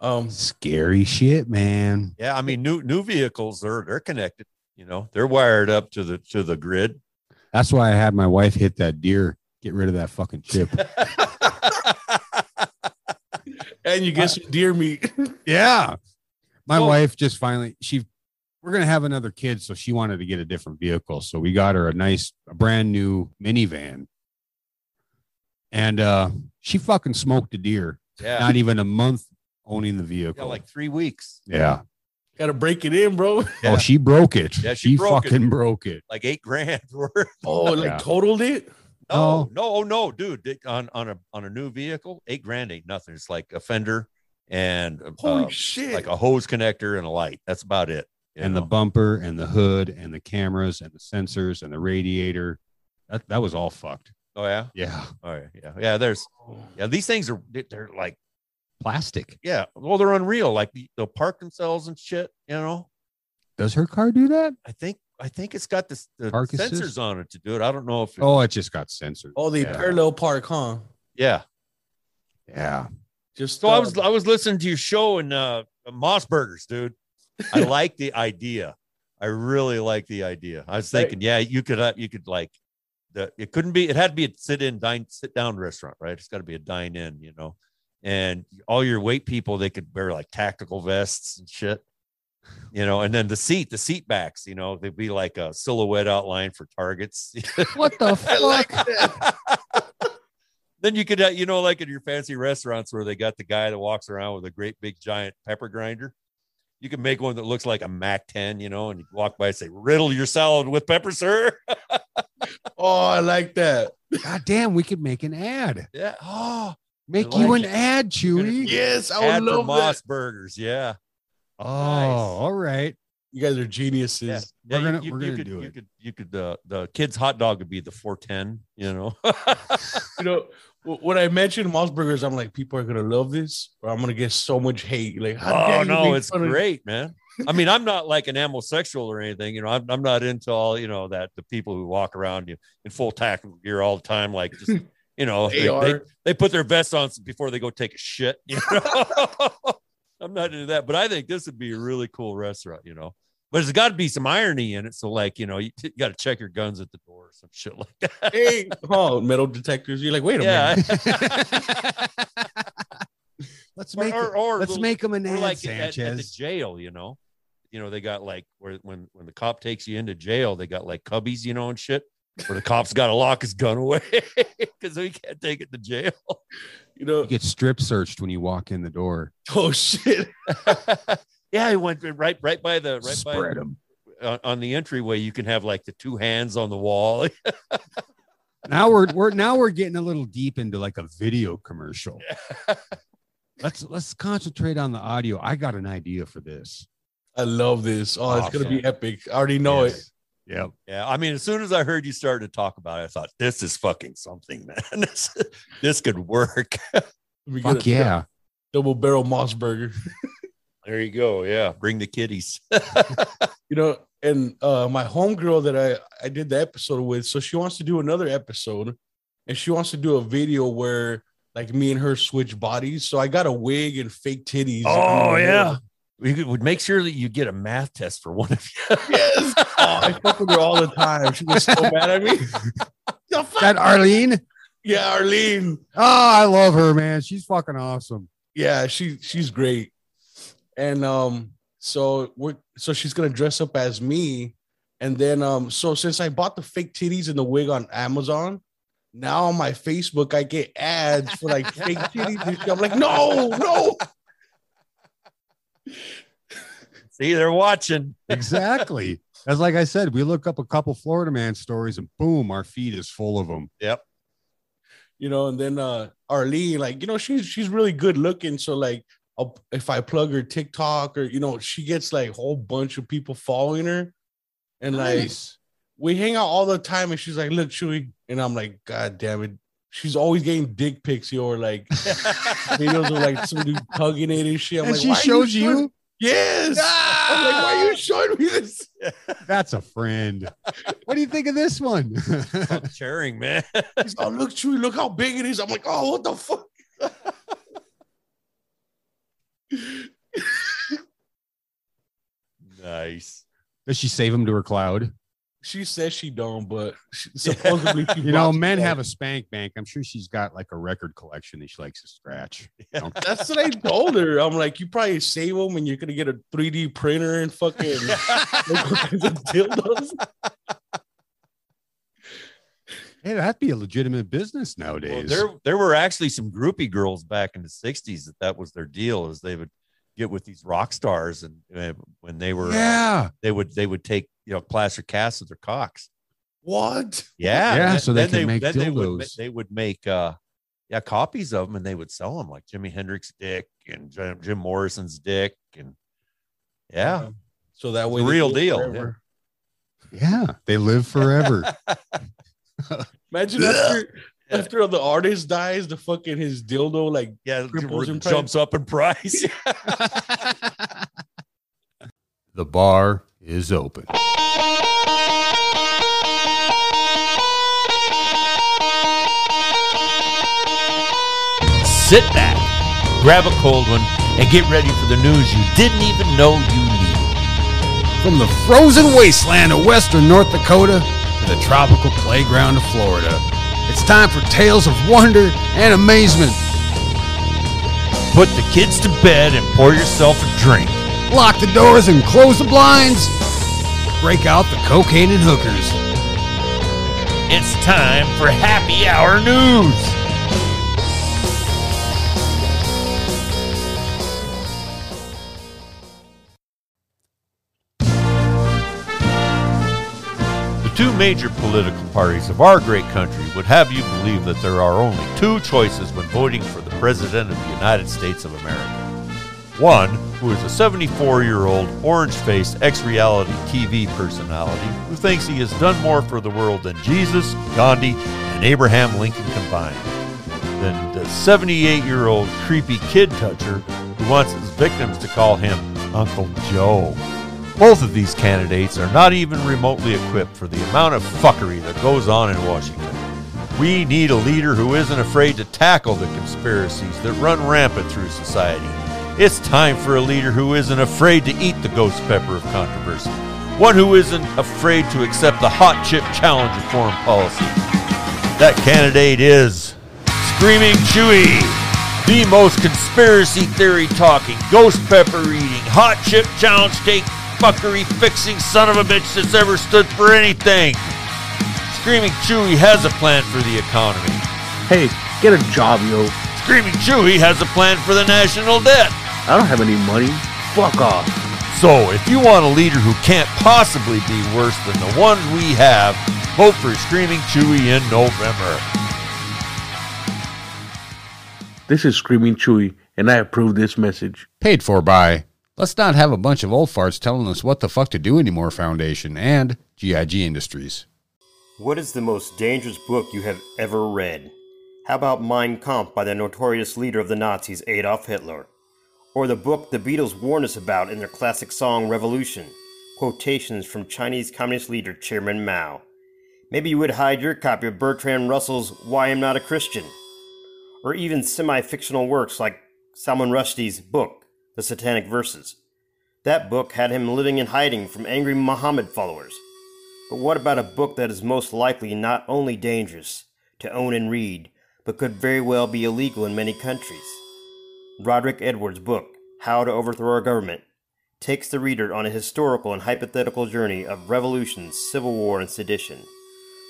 Speaker 2: Um,
Speaker 5: Scary shit, man.
Speaker 4: yeah i mean new new vehicles they're they're connected you know they're wired up to the to the grid
Speaker 5: That's why I had my wife hit that deer. Get rid of that fucking chip.
Speaker 2: and you
Speaker 4: Uh,
Speaker 2: get some deer meat.
Speaker 5: yeah. My
Speaker 4: Well-
Speaker 5: wife just finally she we're gonna have another kid, so she wanted to get a different vehicle. So we got her a nice, a brand new minivan. And uh she fucking smoked a deer.
Speaker 4: yeah
Speaker 5: Not even a month owning the vehicle.
Speaker 4: yeah like three weeks
Speaker 5: yeah.
Speaker 2: Gotta break it in, bro.
Speaker 4: Yeah.
Speaker 5: Oh, she broke it.
Speaker 4: Yeah, she
Speaker 5: she
Speaker 4: broke it.
Speaker 5: fucking broke it.
Speaker 4: like eight grand worth.
Speaker 2: Oh, like
Speaker 5: Yeah.
Speaker 2: totaled it.
Speaker 4: No,
Speaker 5: No.
Speaker 4: no, oh no, dude. Dick, on on a on a new vehicle, eight grand ain't nothing. It's like a fender and uh,
Speaker 2: Holy shit!
Speaker 4: like a hose connector and a light. That's about it. you
Speaker 5: And the
Speaker 4: know?
Speaker 5: bumper and the hood and the cameras and the sensors and the radiator. That that was all fucked.
Speaker 4: oh yeah,
Speaker 5: Yeah.
Speaker 4: all right, yeah, yeah. There's yeah, these things are they're like
Speaker 5: Plastic.
Speaker 4: yeah, well they're unreal. Like they'll park themselves and shit. You know,
Speaker 5: Does her car do that?
Speaker 4: I think I think it's got this the
Speaker 5: Park
Speaker 4: sensors
Speaker 5: assist?
Speaker 4: on it to do it. I don't know if it-
Speaker 5: Oh, it just got censored.
Speaker 2: oh, they
Speaker 5: yeah.
Speaker 2: parallel park, huh?
Speaker 4: yeah.
Speaker 5: Yeah.
Speaker 2: Just
Speaker 4: So I was
Speaker 2: uh,
Speaker 4: I was listening to your show in uh, Moss Burgers, dude. I like the idea. I really like the idea. I
Speaker 2: Right.
Speaker 4: was thinking, yeah, you could uh, you could like the it couldn't be it had to be a sit in dine sit down restaurant, right? It's got to be a dine in, you know. And all your wait people, they could wear like tactical vests and shit, you know. And then the seat, the seat backs, you know, they'd be like a silhouette outline for targets.
Speaker 5: What the
Speaker 4: I like
Speaker 5: fuck?
Speaker 4: that. then you could, uh, you know, like in your fancy restaurants where they got the guy that walks around with a great big giant pepper grinder. You can make one that looks like a Mac 10, you know, and you walk by and say, "Riddle your salad with pepper, sir."
Speaker 2: oh, I like that.
Speaker 5: God damn, we could make an ad.
Speaker 4: Yeah. Oh,
Speaker 5: Make
Speaker 4: like
Speaker 5: you an
Speaker 4: it.
Speaker 5: ad, Chewy.
Speaker 2: Yes, I
Speaker 4: ad
Speaker 2: would
Speaker 4: for
Speaker 2: love that.
Speaker 4: Moss Burgers. Yeah.
Speaker 5: Oh, all right.
Speaker 2: You guys are geniuses.
Speaker 4: Yeah.
Speaker 5: We're
Speaker 4: yeah,
Speaker 5: gonna-
Speaker 4: you,
Speaker 5: we're
Speaker 4: you
Speaker 5: gonna
Speaker 4: could,
Speaker 5: do
Speaker 4: you
Speaker 5: it.
Speaker 4: could, you could, uh, the kid's hot dog would be the 410, you know.
Speaker 2: You know, wh- when I mentioned Moss Burgers, I'm like, people are gonna love this, or I'm gonna get so much hate. Like, how dare
Speaker 4: oh
Speaker 2: you
Speaker 4: no
Speaker 2: make
Speaker 4: it's
Speaker 2: fun of-
Speaker 4: great man i mean i'm not like an homosexual or anything you know I'm, I'm not into all you know that the people who walk around you in full tactical gear all the time like just you know they, they,
Speaker 2: AR.
Speaker 4: they put their vests on before they go take a shit you know i'm not into that but i think this would be a really cool restaurant you know but there's got to be some irony in it so like you know you, you got to check your guns at the door or some shit like that
Speaker 2: Hey, oh, metal detectors. You're like, wait a
Speaker 4: yeah
Speaker 2: minute.
Speaker 5: Let's
Speaker 4: Or-
Speaker 5: make
Speaker 4: or- or
Speaker 5: let's
Speaker 4: the-
Speaker 5: make them an
Speaker 4: Or
Speaker 5: ad,
Speaker 4: like at- at, the
Speaker 5: Sanchez.
Speaker 4: jail, you know. You know, they got like where when when the cop takes you into jail, they got like cubbies, you know, and shit. Where the cop's got to lock his gun away because he can't take it to jail.
Speaker 2: You know,
Speaker 5: you get strip searched when you walk in the door.
Speaker 2: oh shit.
Speaker 4: yeah, he went right right by the right
Speaker 5: Spread them.
Speaker 4: by uh, on, on the entryway. You can have like the two hands on the wall.
Speaker 5: Now we're we're now we're getting a little deep into like a video commercial. let's let's concentrate on the audio. I got an idea for this.
Speaker 2: I love this. Oh, it's gonna
Speaker 4: Awesome.
Speaker 2: be epic. I already know it.
Speaker 5: it. Yep.
Speaker 4: yeah, I mean, as soon as I heard you started to talk about it, I thought this is fucking something, man. this, this could work.
Speaker 2: We get
Speaker 5: Fuck
Speaker 2: a
Speaker 5: yeah.
Speaker 2: Double barrel Moss Burger.
Speaker 4: There you go. Yeah, bring the kitties.
Speaker 2: you know and uh my homegirl that i i did the episode with so she wants to do another episode and she wants to do a video where like me and her switch bodies so i got a wig and fake titties
Speaker 4: Oh yeah. We could- would make sure that you get a math test for one of you.
Speaker 2: yes oh, i fuck with her all the time she gets so mad at me The fuck?
Speaker 5: That Arlene.
Speaker 2: yeah arlene
Speaker 5: Oh, I love her, man. She's fucking awesome.
Speaker 2: yeah she she's great and um so we're so she's gonna dress up as me and then um so since i bought the fake titties and the wig on amazon now on my facebook i get ads for like fake titties and shit. i'm like no no
Speaker 4: See, they're watching.
Speaker 5: Exactly. As like I said, we look up a couple Florida man stories and boom, our feed is full of them.
Speaker 2: you know and then uh arlene like you know she's she's really good looking so like I'll, if i plug her tiktok or you know she gets like a whole bunch of people following her and like we hang out all the time and she's like, look, Chewy. And I'm like, God damn it. She's always getting dick pics yo, or like videos of like some dude tugging it and shit. I'm
Speaker 5: and
Speaker 2: like,
Speaker 5: she
Speaker 2: "Why are
Speaker 5: shows you,
Speaker 2: showing-" Yes. I'm like, why are you showing me this?
Speaker 5: That's a friend. what do you think of this one?
Speaker 4: I'm cheering, man.
Speaker 2: He's oh, look, Chewy, look how big it is. I'm like, oh, what the fuck?
Speaker 4: Nice.
Speaker 5: Does she save him to her cloud?
Speaker 2: She says she don't, but she, supposedly she
Speaker 5: You know,
Speaker 2: brought-
Speaker 5: men have a spank bank. I'm sure she's got like a record collection that she likes to scratch. you know?
Speaker 2: That's what I told her. I'm like, you probably save them and you're gonna get a 3D printer and fucking like, all kinds of dildos.
Speaker 5: hey, that'd be a legitimate business
Speaker 4: Well,
Speaker 5: nowadays.
Speaker 4: there, there were actually some groupie girls back in the '60s that that was their deal. Is they would get with these rock stars and uh, when they were uh,
Speaker 5: yeah.
Speaker 4: they would they would take you know plaster casts of their cocks.
Speaker 2: What?
Speaker 4: Yeah,
Speaker 5: Yeah,
Speaker 4: then-
Speaker 5: so they
Speaker 4: then
Speaker 5: can make
Speaker 4: then they would ma-
Speaker 5: dildos.
Speaker 4: they would make uh yeah copies of them and they would sell them like Jimi Hendrix dick and Jim, Jim Morrison's dick and yeah
Speaker 2: So that
Speaker 4: It's
Speaker 2: way,
Speaker 4: a
Speaker 2: they
Speaker 4: real
Speaker 2: live
Speaker 4: deal,
Speaker 2: forever.
Speaker 5: Yeah. They live forever.
Speaker 2: Imagine after, after the artist dies, the fucking his dildo like
Speaker 4: yeah
Speaker 2: Cripples in price.
Speaker 4: jumps up in price.
Speaker 5: the bar is open.
Speaker 4: Sit back, grab a cold one, and get ready for the news you didn't even know you needed.
Speaker 5: From the frozen wasteland of western North Dakota to the tropical playground of Florida, it's time for tales of wonder and amazement.
Speaker 4: Put the kids to bed and pour yourself a drink.
Speaker 5: Lock the doors and close the blinds. Break out the cocaine and hookers.
Speaker 4: It's time for happy hour news. The two major political parties of our great country would have you believe that there are only two choices when voting for the President of the United States of America. One, who is a 74 year old, orange faced, ex reality TV personality who thinks he has done more for the world than Jesus, Gandhi, and Abraham Lincoln combined. Then the 78 year old creepy kid toucher who wants his victims to call him Uncle Joe. Both of these candidates are not even remotely equipped for the amount of fuckery that goes on in Washington. We need a leader who isn't afraid to tackle the conspiracies that run rampant through society. It's time for a leader who isn't afraid to eat the ghost pepper of controversy. One who isn't afraid to accept the hot chip challenge of foreign policy. That candidate is Screaming Chewy, the most conspiracy theory talking, ghost pepper eating, hot chip challenge cake, fuckery fixing son of a bitch that's ever stood for anything. Screaming Chewy has a plan for the economy.
Speaker 7: Hey, get a job, yo.
Speaker 4: Screaming Chewy has a plan for the national debt.
Speaker 7: I don't have any money. Fuck off.
Speaker 4: So, if you want a leader who can't possibly be worse than the ones we have, vote for Screaming Chewy in November.
Speaker 7: This is Screaming Chewy, and I approve this message.
Speaker 5: Paid for by Let's Not Have a Bunch of Old Farts Telling Us What the Fuck to Do Anymore Foundation and GIG Industries.
Speaker 8: What is the most dangerous book you have ever read? How about Mein Kampf by the notorious leader of the Nazis, Adolf Hitler? Or the book the Beatles warned us about in their classic song Revolution? Quotations from Chinese Communist leader Chairman Mao. Maybe you would hide your copy of Bertrand Russell's Why I'm Not a Christian. Or even semi fictional works like Salman Rushdie's book, The Satanic Verses. That book had him living in hiding from angry Muhammad followers. But what about a book that is most likely not only dangerous to own and read, but could very well be illegal in many countries? Roderick Edwards' book, How to Overthrow Our Government, takes the reader on a historical and hypothetical journey of revolution, civil war, and sedition.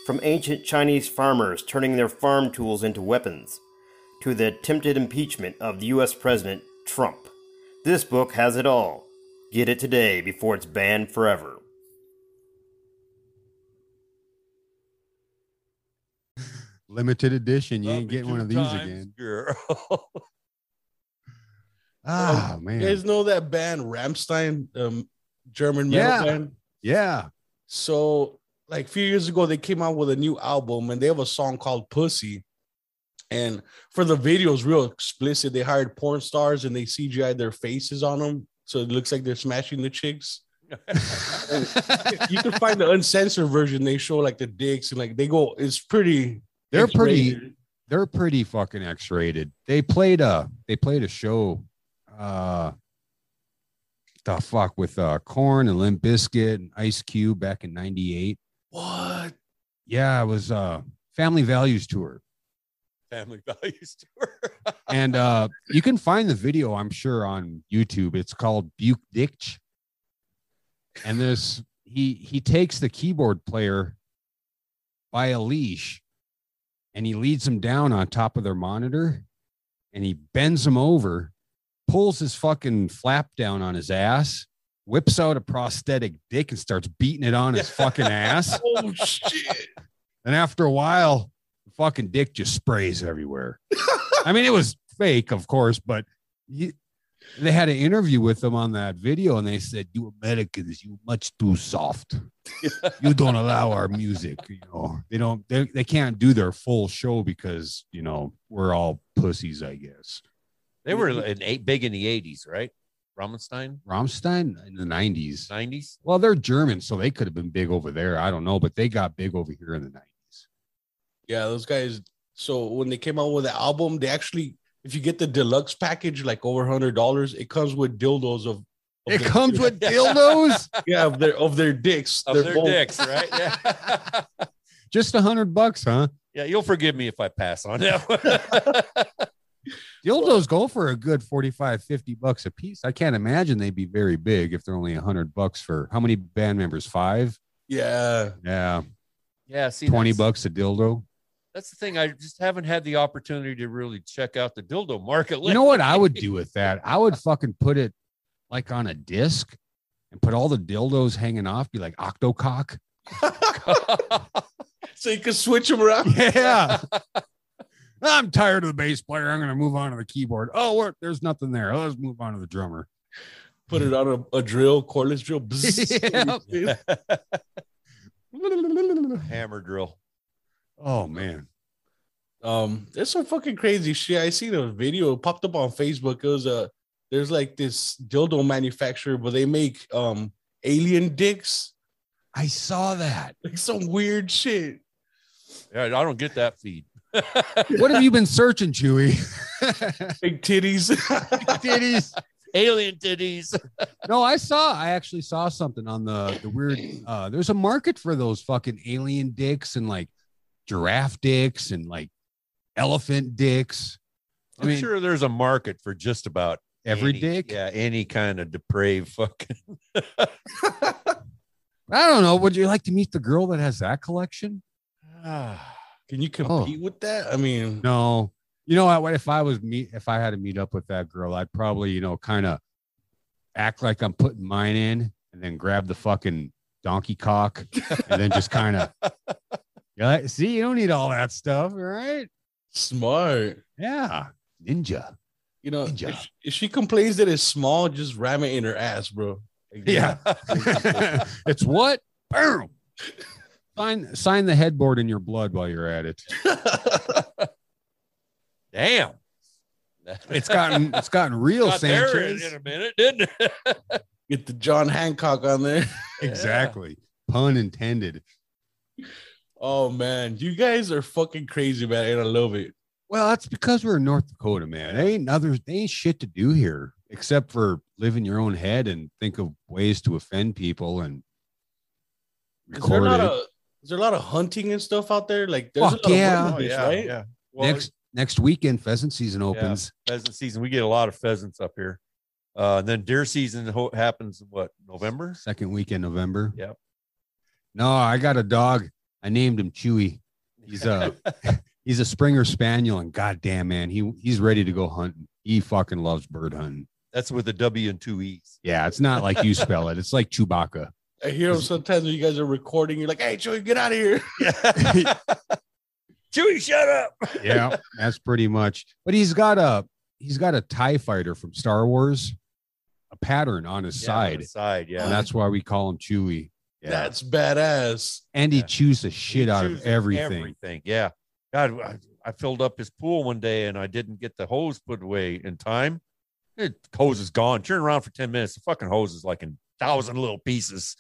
Speaker 8: From ancient Chinese farmers turning their farm tools into weapons, to the attempted impeachment of the U.S. President Trump. This book has it all. Get it today before it's banned forever.
Speaker 5: Limited edition. You
Speaker 4: Up
Speaker 5: ain't
Speaker 4: to
Speaker 5: getting one
Speaker 4: two
Speaker 5: of these
Speaker 4: times,
Speaker 5: again.
Speaker 4: Girl.
Speaker 5: Ah,
Speaker 2: um, You
Speaker 5: man.
Speaker 2: guys know that band Ramstein, um, German metal
Speaker 5: Yeah.
Speaker 2: band.
Speaker 5: Yeah.
Speaker 2: So, like a few years ago, they came out with a new album and they have a song called Pussy. And for the video, it's real explicit. They hired porn stars and they CGI their faces on them. So it looks like they're smashing the chicks. You can find the uncensored version. They show like the dicks and like they go, it's pretty.
Speaker 5: They're pretty
Speaker 2: X-rated.
Speaker 5: they're pretty fucking X-rated. They played a they played a show, uh, the fuck with uh Corn and Limp Biscuit and Ice Cube back in '98.
Speaker 2: What?
Speaker 5: Yeah, it was uh Family Values tour,
Speaker 4: Family values tour.
Speaker 5: and uh you can find the video I'm sure on YouTube. It's called Buke Ditch, and this he he takes the keyboard player by a leash and he leads them down on top of their monitor and he bends them over, pulls his fucking flap down on his ass, whips out a prosthetic dick, and starts beating it on his fucking ass.
Speaker 2: Oh shit!
Speaker 5: And after a while, the fucking dick just sprays everywhere. I mean, it was fake, of course, but you, they had an interview with him on that video and they said, You Americans, you much too soft. you don't allow our music. You know, they don't they, they can't do their full show because you know we're all pussies, I guess.
Speaker 4: They were in eight, big in the eighties, right? Ramenstein,
Speaker 5: Rammstein in the nineties.
Speaker 4: nineties.
Speaker 5: Well, they're German, so they could have been big over there. I don't know, but they got big over here in the nineties.
Speaker 2: Yeah, those guys. So when they came out with the album, they actually, if you get the deluxe package, like over hundred dollars, it comes with dildos of. of
Speaker 5: It
Speaker 2: their-
Speaker 5: comes with dildos.
Speaker 2: yeah of their of their dicks.
Speaker 4: Of their
Speaker 2: both-
Speaker 4: dicks, right? Yeah.
Speaker 5: Just a hundred bucks, huh?
Speaker 4: yeah, you'll forgive me if I pass on that one.
Speaker 5: Dildos go for a good 45, 50 bucks a piece. I can't imagine they'd be very big if they're only 100 bucks for how many band members? Five?
Speaker 2: Yeah,
Speaker 5: Yeah.
Speaker 4: yeah, see
Speaker 5: 20
Speaker 4: that's-
Speaker 5: bucks a dildo.
Speaker 4: That's the thing. I just haven't had the opportunity to really check out the dildo market.
Speaker 5: You know what I would do with that? I would fucking put it like on a disc and put all the dildos hanging off, be like octocock.
Speaker 2: so you can switch them around.
Speaker 5: Yeah. I'm tired of the bass player. I'm going to move on to the keyboard. Oh, we're, there's nothing there. Let's move on to the drummer.
Speaker 2: Put it on a, a drill, cordless drill.
Speaker 5: Yep.
Speaker 4: hammer drill.
Speaker 5: oh, man.
Speaker 2: Um, there's some fucking crazy shit. I seen a video it popped up on Facebook. It was a there's like this dildo manufacturer, but they make um alien dicks,
Speaker 5: I saw that.
Speaker 2: like some weird shit.
Speaker 4: Yeah, I don't get that feed.
Speaker 5: What have you been searching, Chewy?
Speaker 2: Big titties.
Speaker 5: Titties.
Speaker 4: Alien titties.
Speaker 5: No, I saw. I actually saw something on the the weird. Uh, there's a market for those fucking alien dicks and like giraffe dicks and like elephant dicks. I
Speaker 4: I'm
Speaker 5: mean,
Speaker 4: sure there's a market for just about
Speaker 5: every
Speaker 4: any-
Speaker 5: dick.
Speaker 4: Yeah, any kind of depraved fucking.
Speaker 5: I don't know. Would you like to meet the girl that has that collection?
Speaker 2: Can you compete with that? I mean,
Speaker 5: Oh. No. You know what? If I was meet, if I had to meet up with that girl, I'd probably, you know, kind of act like I'm putting mine in, and then grab the fucking donkey cock, and then just kind of, yeah. Like, See, you don't need all that stuff, all right?
Speaker 2: smart.
Speaker 5: Yeah, ninja.
Speaker 2: You know,
Speaker 5: Good job.
Speaker 2: if, if she complains that it's small, just ram it in her ass, bro. Like,
Speaker 5: Yeah. it's what? Boom. Sign sign the headboard in your blood while you're at it.
Speaker 4: Damn.
Speaker 5: It's gotten it's gotten real
Speaker 4: Got there in,
Speaker 5: Sanchez.
Speaker 4: in a minute, didn't it?
Speaker 2: Get the John Hancock on there.
Speaker 5: Exactly. Pun intended.
Speaker 2: Oh man, you guys are fucking crazy, man, and I love it.
Speaker 5: Well, that's because we're in North Dakota, man. There ain't other, there ain't shit to do here except for live in your own head and think of ways to offend people and
Speaker 2: Is there
Speaker 5: record
Speaker 2: not
Speaker 5: it.
Speaker 2: a is there a lot of hunting and stuff out there? Like there's
Speaker 5: Fuck
Speaker 2: a lot
Speaker 5: yeah.
Speaker 2: of wilderness, right?
Speaker 4: yeah.
Speaker 5: next next weekend, pheasant season opens.
Speaker 4: pheasant season. We get a lot of pheasants up here. Uh, and then deer season ho- happens what November?
Speaker 5: Second weekend, November.
Speaker 4: Yep.
Speaker 5: No, I got a dog. I named him Chewy. He's a he's a Springer Spaniel, and goddamn man, he he's ready to go hunting. He fucking loves bird hunting.
Speaker 4: That's with a W and two E's.
Speaker 5: Yeah, it's not like you spell it. It's like Chewbacca.
Speaker 2: I hear 'em sometimes when you guys are recording, you're like, hey Joey, get out of here.
Speaker 4: Chewy, shut up.
Speaker 5: yeah, that's pretty much. But he's got a he's got a Tie Fighter from Star Wars, a pattern on his
Speaker 4: Yeah,
Speaker 5: side,
Speaker 4: on the Side, yeah.
Speaker 5: and that's why we call him Chewy. Yeah,
Speaker 2: That's badass.
Speaker 5: and he
Speaker 4: yeah.
Speaker 5: chews the shit out
Speaker 4: Choose
Speaker 5: of everything.
Speaker 4: Everything. Yeah. God, I, I filled up his pool one day and I didn't get the hose put away in time. It, hose is gone. Turn around for 10 minutes. The fucking hose is like in thousand little pieces.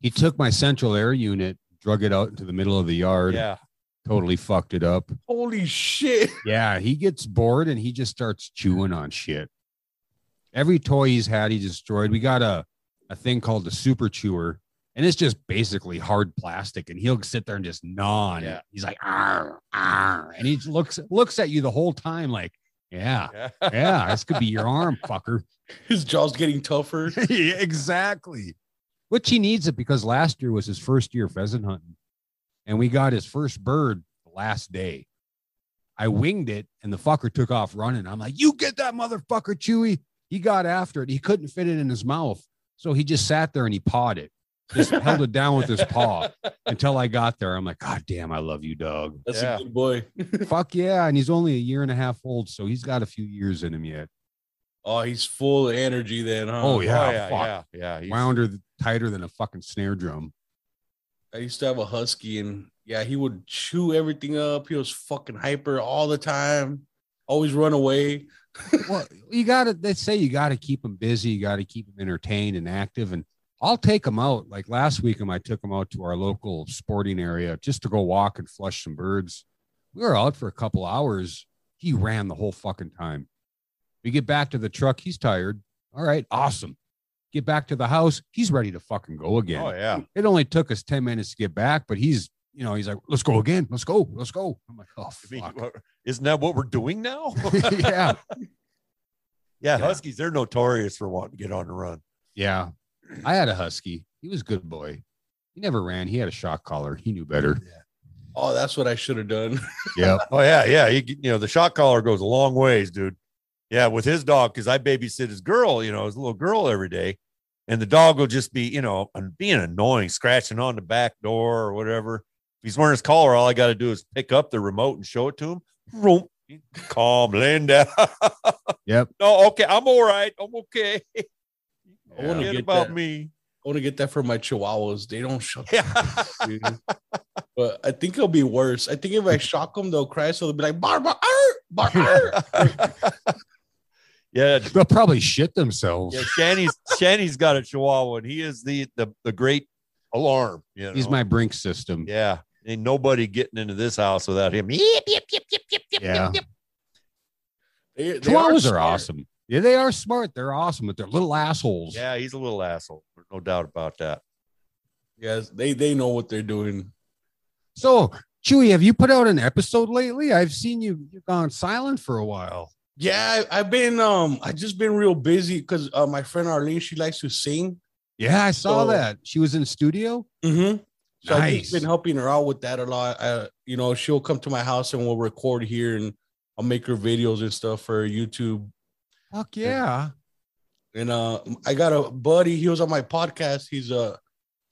Speaker 5: He took my central air unit, drug it out into the middle of the yard,
Speaker 4: Yeah.
Speaker 5: totally fucked it up.
Speaker 2: Holy shit.
Speaker 5: Yeah, he gets bored and he just starts chewing on shit. Every toy he's had, he destroyed. We got a a thing called the super chewer, and it's just basically hard plastic. And he'll sit there and just gnaw. on it.
Speaker 4: Yeah.
Speaker 5: He's like, "Arr, arr," and he just looks looks at you the whole time, like, yeah,
Speaker 4: Yeah.
Speaker 5: yeah, this could be your arm, fucker.
Speaker 2: His jaw's getting tougher.
Speaker 5: Yeah, exactly. Which he needs it because last year was his first year pheasant hunting, and we got his first bird the last day. I winged it, and the fucker took off running. I'm like, "You get that motherfucker, Chewy!" He got after it. He couldn't fit it in his mouth. So he just sat there and he pawed it, just held it down with his paw until I got there. I'm like, God damn, I love you, dog.
Speaker 2: That's
Speaker 4: Yeah.
Speaker 2: a good boy.
Speaker 5: Fuck yeah. And he's only a year and a half old. So he's got a few years in him yet.
Speaker 2: Oh, he's full of energy then, huh?
Speaker 5: Oh, yeah.
Speaker 4: Oh, yeah,
Speaker 5: fuck.
Speaker 4: yeah, yeah. He's-
Speaker 5: Wound her tighter than a fucking snare drum.
Speaker 2: I used to have a husky, and yeah, he would chew everything up. He was fucking hyper all the time. Always run away.
Speaker 5: well, you got to, they say you got to keep them busy. You got to keep them entertained and active. And I'll take them out. Like last week, um, I took them out to our local sporting area just to go walk and flush some birds. We were out for a couple hours. He ran the whole fucking time. We get back to the truck. He's tired. All right. Awesome. Get back to the house. He's ready to fucking go again.
Speaker 4: Oh yeah.
Speaker 5: It only took us 10 minutes to get back, but he's, you know, he's like, let's go again. Let's go. Let's go. I'm like, oh,
Speaker 4: I mean,
Speaker 5: fuck.
Speaker 4: what- isn't that what we're doing now?
Speaker 5: yeah.
Speaker 4: yeah, Huskies, they're notorious for wanting to get on the run.
Speaker 5: Yeah. I had a husky. He was a good boy. He never ran. He had a shock collar. He knew better.
Speaker 2: Oh, that's what I should have done.
Speaker 5: Yeah.
Speaker 4: Oh yeah, yeah. You, you know, the shock collar goes a long ways, dude. Yeah, with his dog, because I babysit his girl, you know, his little girl every day, and the dog will just be, you know, and being annoying, scratching on the back door or whatever. If he's wearing his collar, all I got to do is pick up the remote and show it to him. Vroom. Calm, Linda.
Speaker 5: Yep.
Speaker 4: No, okay, I'm all right. I'm okay.
Speaker 2: I want to
Speaker 4: Forget
Speaker 2: get
Speaker 4: about
Speaker 2: that.
Speaker 4: me.
Speaker 2: I want to get that for my chihuahuas. They don't shut
Speaker 4: Yeah.
Speaker 2: up, dude. But I think it'll be worse. I think if I shock them, they'll cry. So they'll be like, bar, bar, arr, bar, arr.
Speaker 4: yeah,
Speaker 5: They'll probably shit themselves.
Speaker 4: yeah. Shanny's Shanny's got a Chihuahua, and he is the the, the great alarm. You know?
Speaker 5: He's my brink system.
Speaker 4: yeah. Ain't nobody getting into this house without him. Yip, yip, yip, yip, yip, yip,
Speaker 5: Yeah.
Speaker 4: yip, yip.
Speaker 2: They- they are
Speaker 5: Chihuahuas are,
Speaker 2: smart.
Speaker 5: awesome. Yeah, they are smart. They're awesome, but they're little assholes.
Speaker 4: Yeah, he's a little asshole. There's no doubt about that.
Speaker 2: Yes, they they know what they're doing.
Speaker 5: So, Chewy, have you put out an episode lately? I've seen you you've gone silent for a while.
Speaker 2: Yeah, I, I've been um, I just been real busy because uh, my friend Arlene she likes to sing.
Speaker 5: Yeah, I saw
Speaker 2: So-
Speaker 5: that. She was in studio.
Speaker 2: Mm-hmm. So I've
Speaker 5: Nice.
Speaker 2: just been helping her out with that a lot. I, you know, she'll come to my house and we'll record here, and I'll make her videos and stuff for YouTube.
Speaker 5: Fuck yeah.
Speaker 2: And uh, I got a buddy. He was on my podcast. He's uh,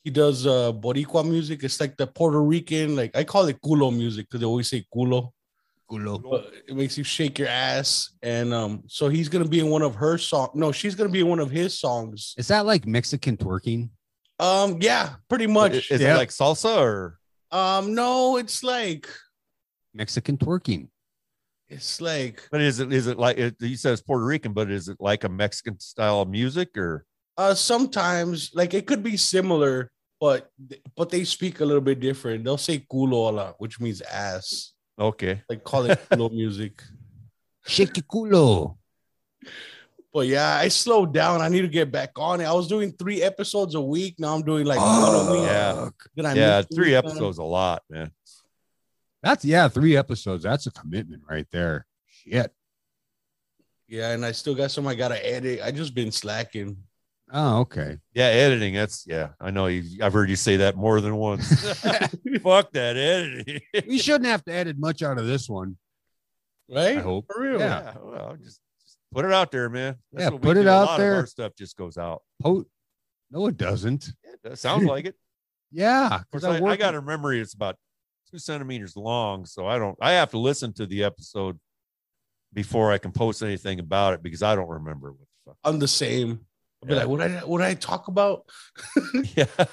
Speaker 2: he does uh Boricua music. It's like the Puerto Rican, like I call it culo music because they always say culo. But it makes you shake your ass. And um, so he's gonna be in one of her songs. No, she's gonna be in one of his songs.
Speaker 5: Is that like Mexican twerking?
Speaker 2: Um, yeah, pretty much.
Speaker 4: Is it like salsa or
Speaker 2: um, no, it's like
Speaker 5: Mexican twerking.
Speaker 2: it's like
Speaker 4: but is it is it like it, you said it's Puerto Rican, but is it like a Mexican style of music or
Speaker 2: Uh, sometimes like it could be similar, but but they speak a little bit different. They'll say culo a lot, which means ass.
Speaker 4: okay.
Speaker 2: Like call it culo music.
Speaker 5: Shake your culo.
Speaker 2: But yeah, I slowed down. I need to get back on it. I was doing three episodes a week. Now I'm doing like one a week.
Speaker 4: yeah.
Speaker 2: Then Uh, I
Speaker 4: yeah,
Speaker 2: missed the
Speaker 4: three
Speaker 2: weekend.
Speaker 4: episodes a lot, man.
Speaker 5: That's yeah, three episodes. That's a commitment right there. Shit.
Speaker 2: Yeah, and I still got some I gotta edit. I just been slacking.
Speaker 5: Oh, okay.
Speaker 4: Yeah, editing. That's yeah. I know you I've heard you say that more than once. Fuck that editing.
Speaker 5: we shouldn't have to edit much out of this one.
Speaker 2: Right?
Speaker 5: I hope.
Speaker 2: For real.
Speaker 5: Yeah.
Speaker 4: well, just, just put it out there, man.
Speaker 5: Yeah,
Speaker 4: what we
Speaker 5: put it
Speaker 4: do. A
Speaker 5: out
Speaker 4: lot of
Speaker 5: there.
Speaker 4: our stuff just goes out.
Speaker 5: Po- no, it doesn't.
Speaker 4: Yeah, it does. sounds like it.
Speaker 5: Yeah,
Speaker 4: Of course,
Speaker 5: because
Speaker 4: I, I got a memory. It's about two centimeters long, so I don't. I have to listen to the episode before I can post anything about it because I don't remember what
Speaker 2: I'm the same. I'll be
Speaker 4: Yeah.
Speaker 2: like, what I what I talk about?
Speaker 4: the fuck. Yeah,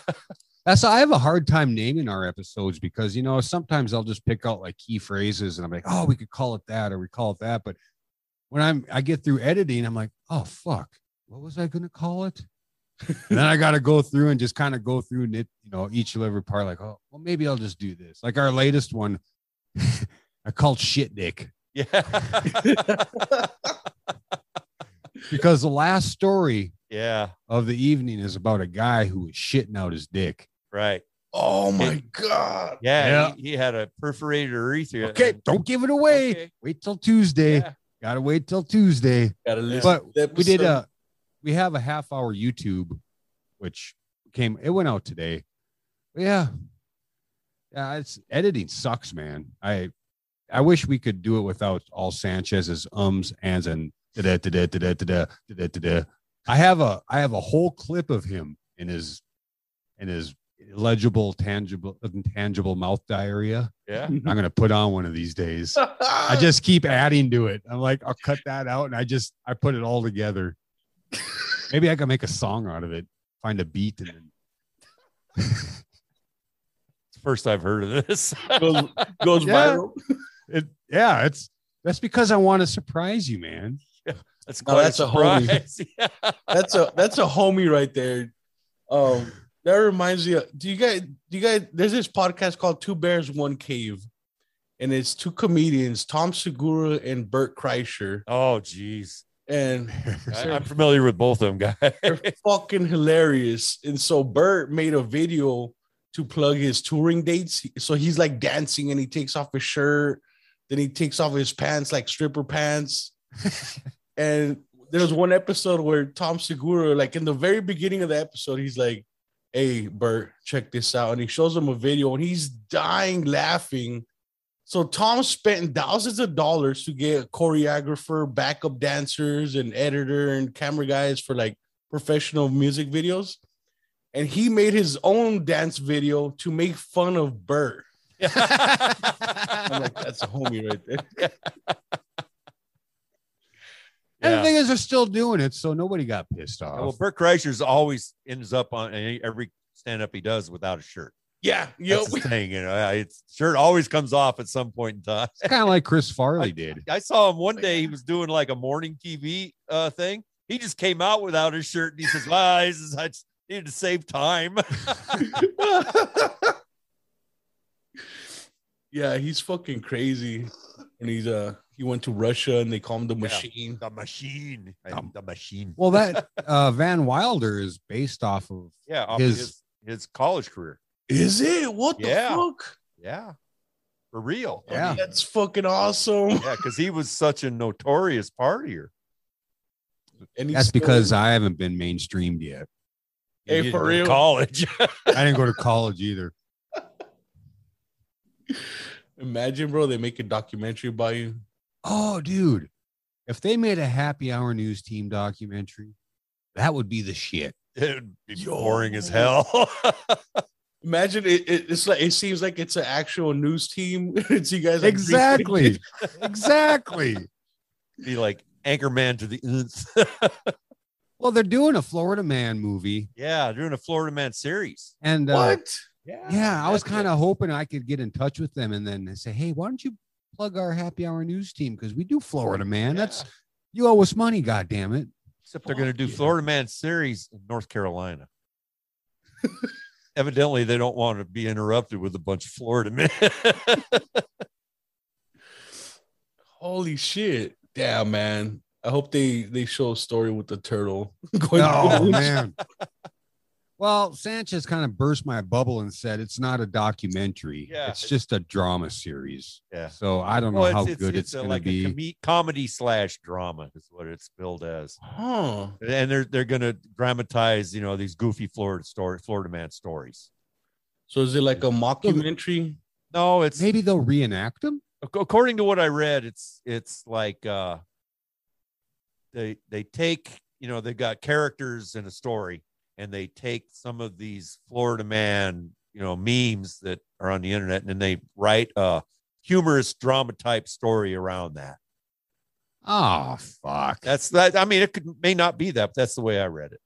Speaker 5: That's I have a hard time naming our episodes because you know sometimes I'll just pick out like key phrases and I'm like, oh, we could call it that or we call it that. But when I'm I get through editing, I'm like, oh fuck, what was I gonna call it? and then I gotta go through and just kind of go through and it, you know, each and every part, like, oh, well, maybe I'll just do this. Like our latest one, I called shit dick
Speaker 4: yeah,
Speaker 5: because the last story
Speaker 4: yeah.
Speaker 5: of the evening is about a guy who was shitting out his dick.
Speaker 4: Right.
Speaker 2: Oh my god.
Speaker 4: Yeah. He, he had a perforated urethra.
Speaker 5: Okay,
Speaker 4: and-
Speaker 5: don't give it away.
Speaker 4: Okay.
Speaker 5: Wait till Tuesday.
Speaker 4: Yeah.
Speaker 5: Gotta wait till Tuesday.
Speaker 2: Gotta listen
Speaker 5: But
Speaker 2: to the
Speaker 5: we did uh,
Speaker 2: episode.
Speaker 5: a we have a half hour YouTube, which came it went out today. But yeah. Yeah, it's editing sucks, man. I I wish we could do it without all Sanchez's ums, ands, and da da da da da da da. I have a I have a whole clip of him in his in his legible, tangible, intangible mouth diarrhea.
Speaker 4: Yeah.
Speaker 5: I'm gonna put on one of these days. I just keep adding to it. I'm like, I'll cut that out, and I just I put it all together. Maybe I can make a song out of it. Find a beat and then
Speaker 4: It's the first I've heard of this.
Speaker 2: goes, goes
Speaker 5: Yeah.
Speaker 2: viral.
Speaker 5: it. Yeah, it's that's because I want to surprise you, man.
Speaker 4: That's
Speaker 2: No,
Speaker 4: quite
Speaker 2: that's
Speaker 4: a
Speaker 2: a holy-
Speaker 4: surprise. yeah.
Speaker 2: That's a that's a homie right there. Um, that reminds me. Of, do you guys? Do you guys? There's this podcast called Two Bears One Cave, and it's two comedians, Tom Segura and Bert Kreischer,
Speaker 4: Oh, jeez.
Speaker 2: and
Speaker 4: I, am familiar with both of them, guys.
Speaker 2: they're fucking hilarious. And so Bert made a video to plug his touring dates. So he's like dancing and he takes off his shirt, then he takes off his pants, like stripper pants. and there's one episode where Tom Segura, like in the very beginning of the episode, he's like, Hey, Bert, check this out. And he shows him a video and he's dying laughing. So Tom spent thousands of dollars to get a choreographer, backup dancers, and editor and camera guys for like professional music videos. And he made his own dance video to make fun of Bert. I'm like, that's a homie right there.
Speaker 5: And
Speaker 4: Yeah.
Speaker 5: the thing is, they're still doing it, so nobody got pissed off.
Speaker 4: Well, Burt Kreischer's always ends up on any- every stand up he does without a shirt.
Speaker 2: Yeah, yo,
Speaker 4: That's the thing, you know. I- It's shirt always comes off at some point in time.
Speaker 5: it's kind of like Chris Farley did.
Speaker 4: I saw him one
Speaker 2: Oh,
Speaker 4: day. He was doing like a morning TV uh, thing. He just came out without his shirt, and he says, "Well, this is, I just needed to save time."
Speaker 2: yeah, he's fucking crazy. And he's uh he went to Russia and they call him the machine.
Speaker 4: the machine,
Speaker 5: Um,
Speaker 4: the machine.
Speaker 5: Well, that uh, Van Wilder is based off of
Speaker 4: Yeah, off
Speaker 5: his-
Speaker 4: his his, college career.
Speaker 2: Is it? What the
Speaker 4: Yeah. Oh,
Speaker 2: fuck?
Speaker 4: Yeah, for real. I
Speaker 5: Yeah.
Speaker 4: mean,
Speaker 2: That's fucking awesome.
Speaker 4: yeah, because he was such a notorious partier.
Speaker 2: And he's
Speaker 5: That's
Speaker 2: still-
Speaker 5: because uh, I haven't been mainstreamed yet.
Speaker 2: Hey,
Speaker 4: He didn't
Speaker 2: for
Speaker 4: go to
Speaker 2: real?
Speaker 4: college.
Speaker 5: I didn't go to college either.
Speaker 2: imagine, bro, they make a documentary about you.
Speaker 5: Oh, dude, if they made a happy hour news team documentary, that would be the shit.
Speaker 4: it would be boring as hell.
Speaker 2: Imagine it, it it's like it seems like it's an actual news team. it's you guys like,
Speaker 5: exactly.
Speaker 4: be like Anchorman to the nth.
Speaker 5: Well, they're doing a Florida Man movie,
Speaker 4: yeah, doing a Florida Man series.
Speaker 5: and uh,
Speaker 2: What?
Speaker 4: Yeah,
Speaker 5: yeah, I was kind of hoping I could get in touch with them and then say, "Hey, why don't you plug our happy hour news team because we do Florida Man. That's you owe us money, God damn it."
Speaker 4: Except they're going to do Florida Man series in North Carolina. Evidently, they don't want to be interrupted with a bunch of Florida men.
Speaker 2: Holy shit! Damn, man. I hope they they show a story with the turtle. going
Speaker 5: Oh
Speaker 2: through-
Speaker 5: man. Well, Sanchez kind of burst my bubble and said it's not a documentary.
Speaker 4: Yeah.
Speaker 5: It's just a drama series.
Speaker 4: yeah.
Speaker 5: So I don't know
Speaker 4: Well,
Speaker 5: how good it's,
Speaker 4: a-
Speaker 5: going
Speaker 4: like
Speaker 5: to be.
Speaker 4: a com- comedy slash drama is what it's billed as,
Speaker 2: Huh.
Speaker 4: and they're they're going to dramatize you know these goofy Florida story Florida man stories.
Speaker 2: So is it like a mockumentary?
Speaker 4: No, it's
Speaker 5: Maybe they'll reenact them.
Speaker 4: Ac- according to what I read, it's it's like uh, they they take you know they've got characters in a story, and they take some of these Florida man you know memes that are on the internet, and then they write a humorous drama type story around that.
Speaker 5: Oh fuck.
Speaker 4: That's that. I mean, it could may not be that, but that's the way I read it.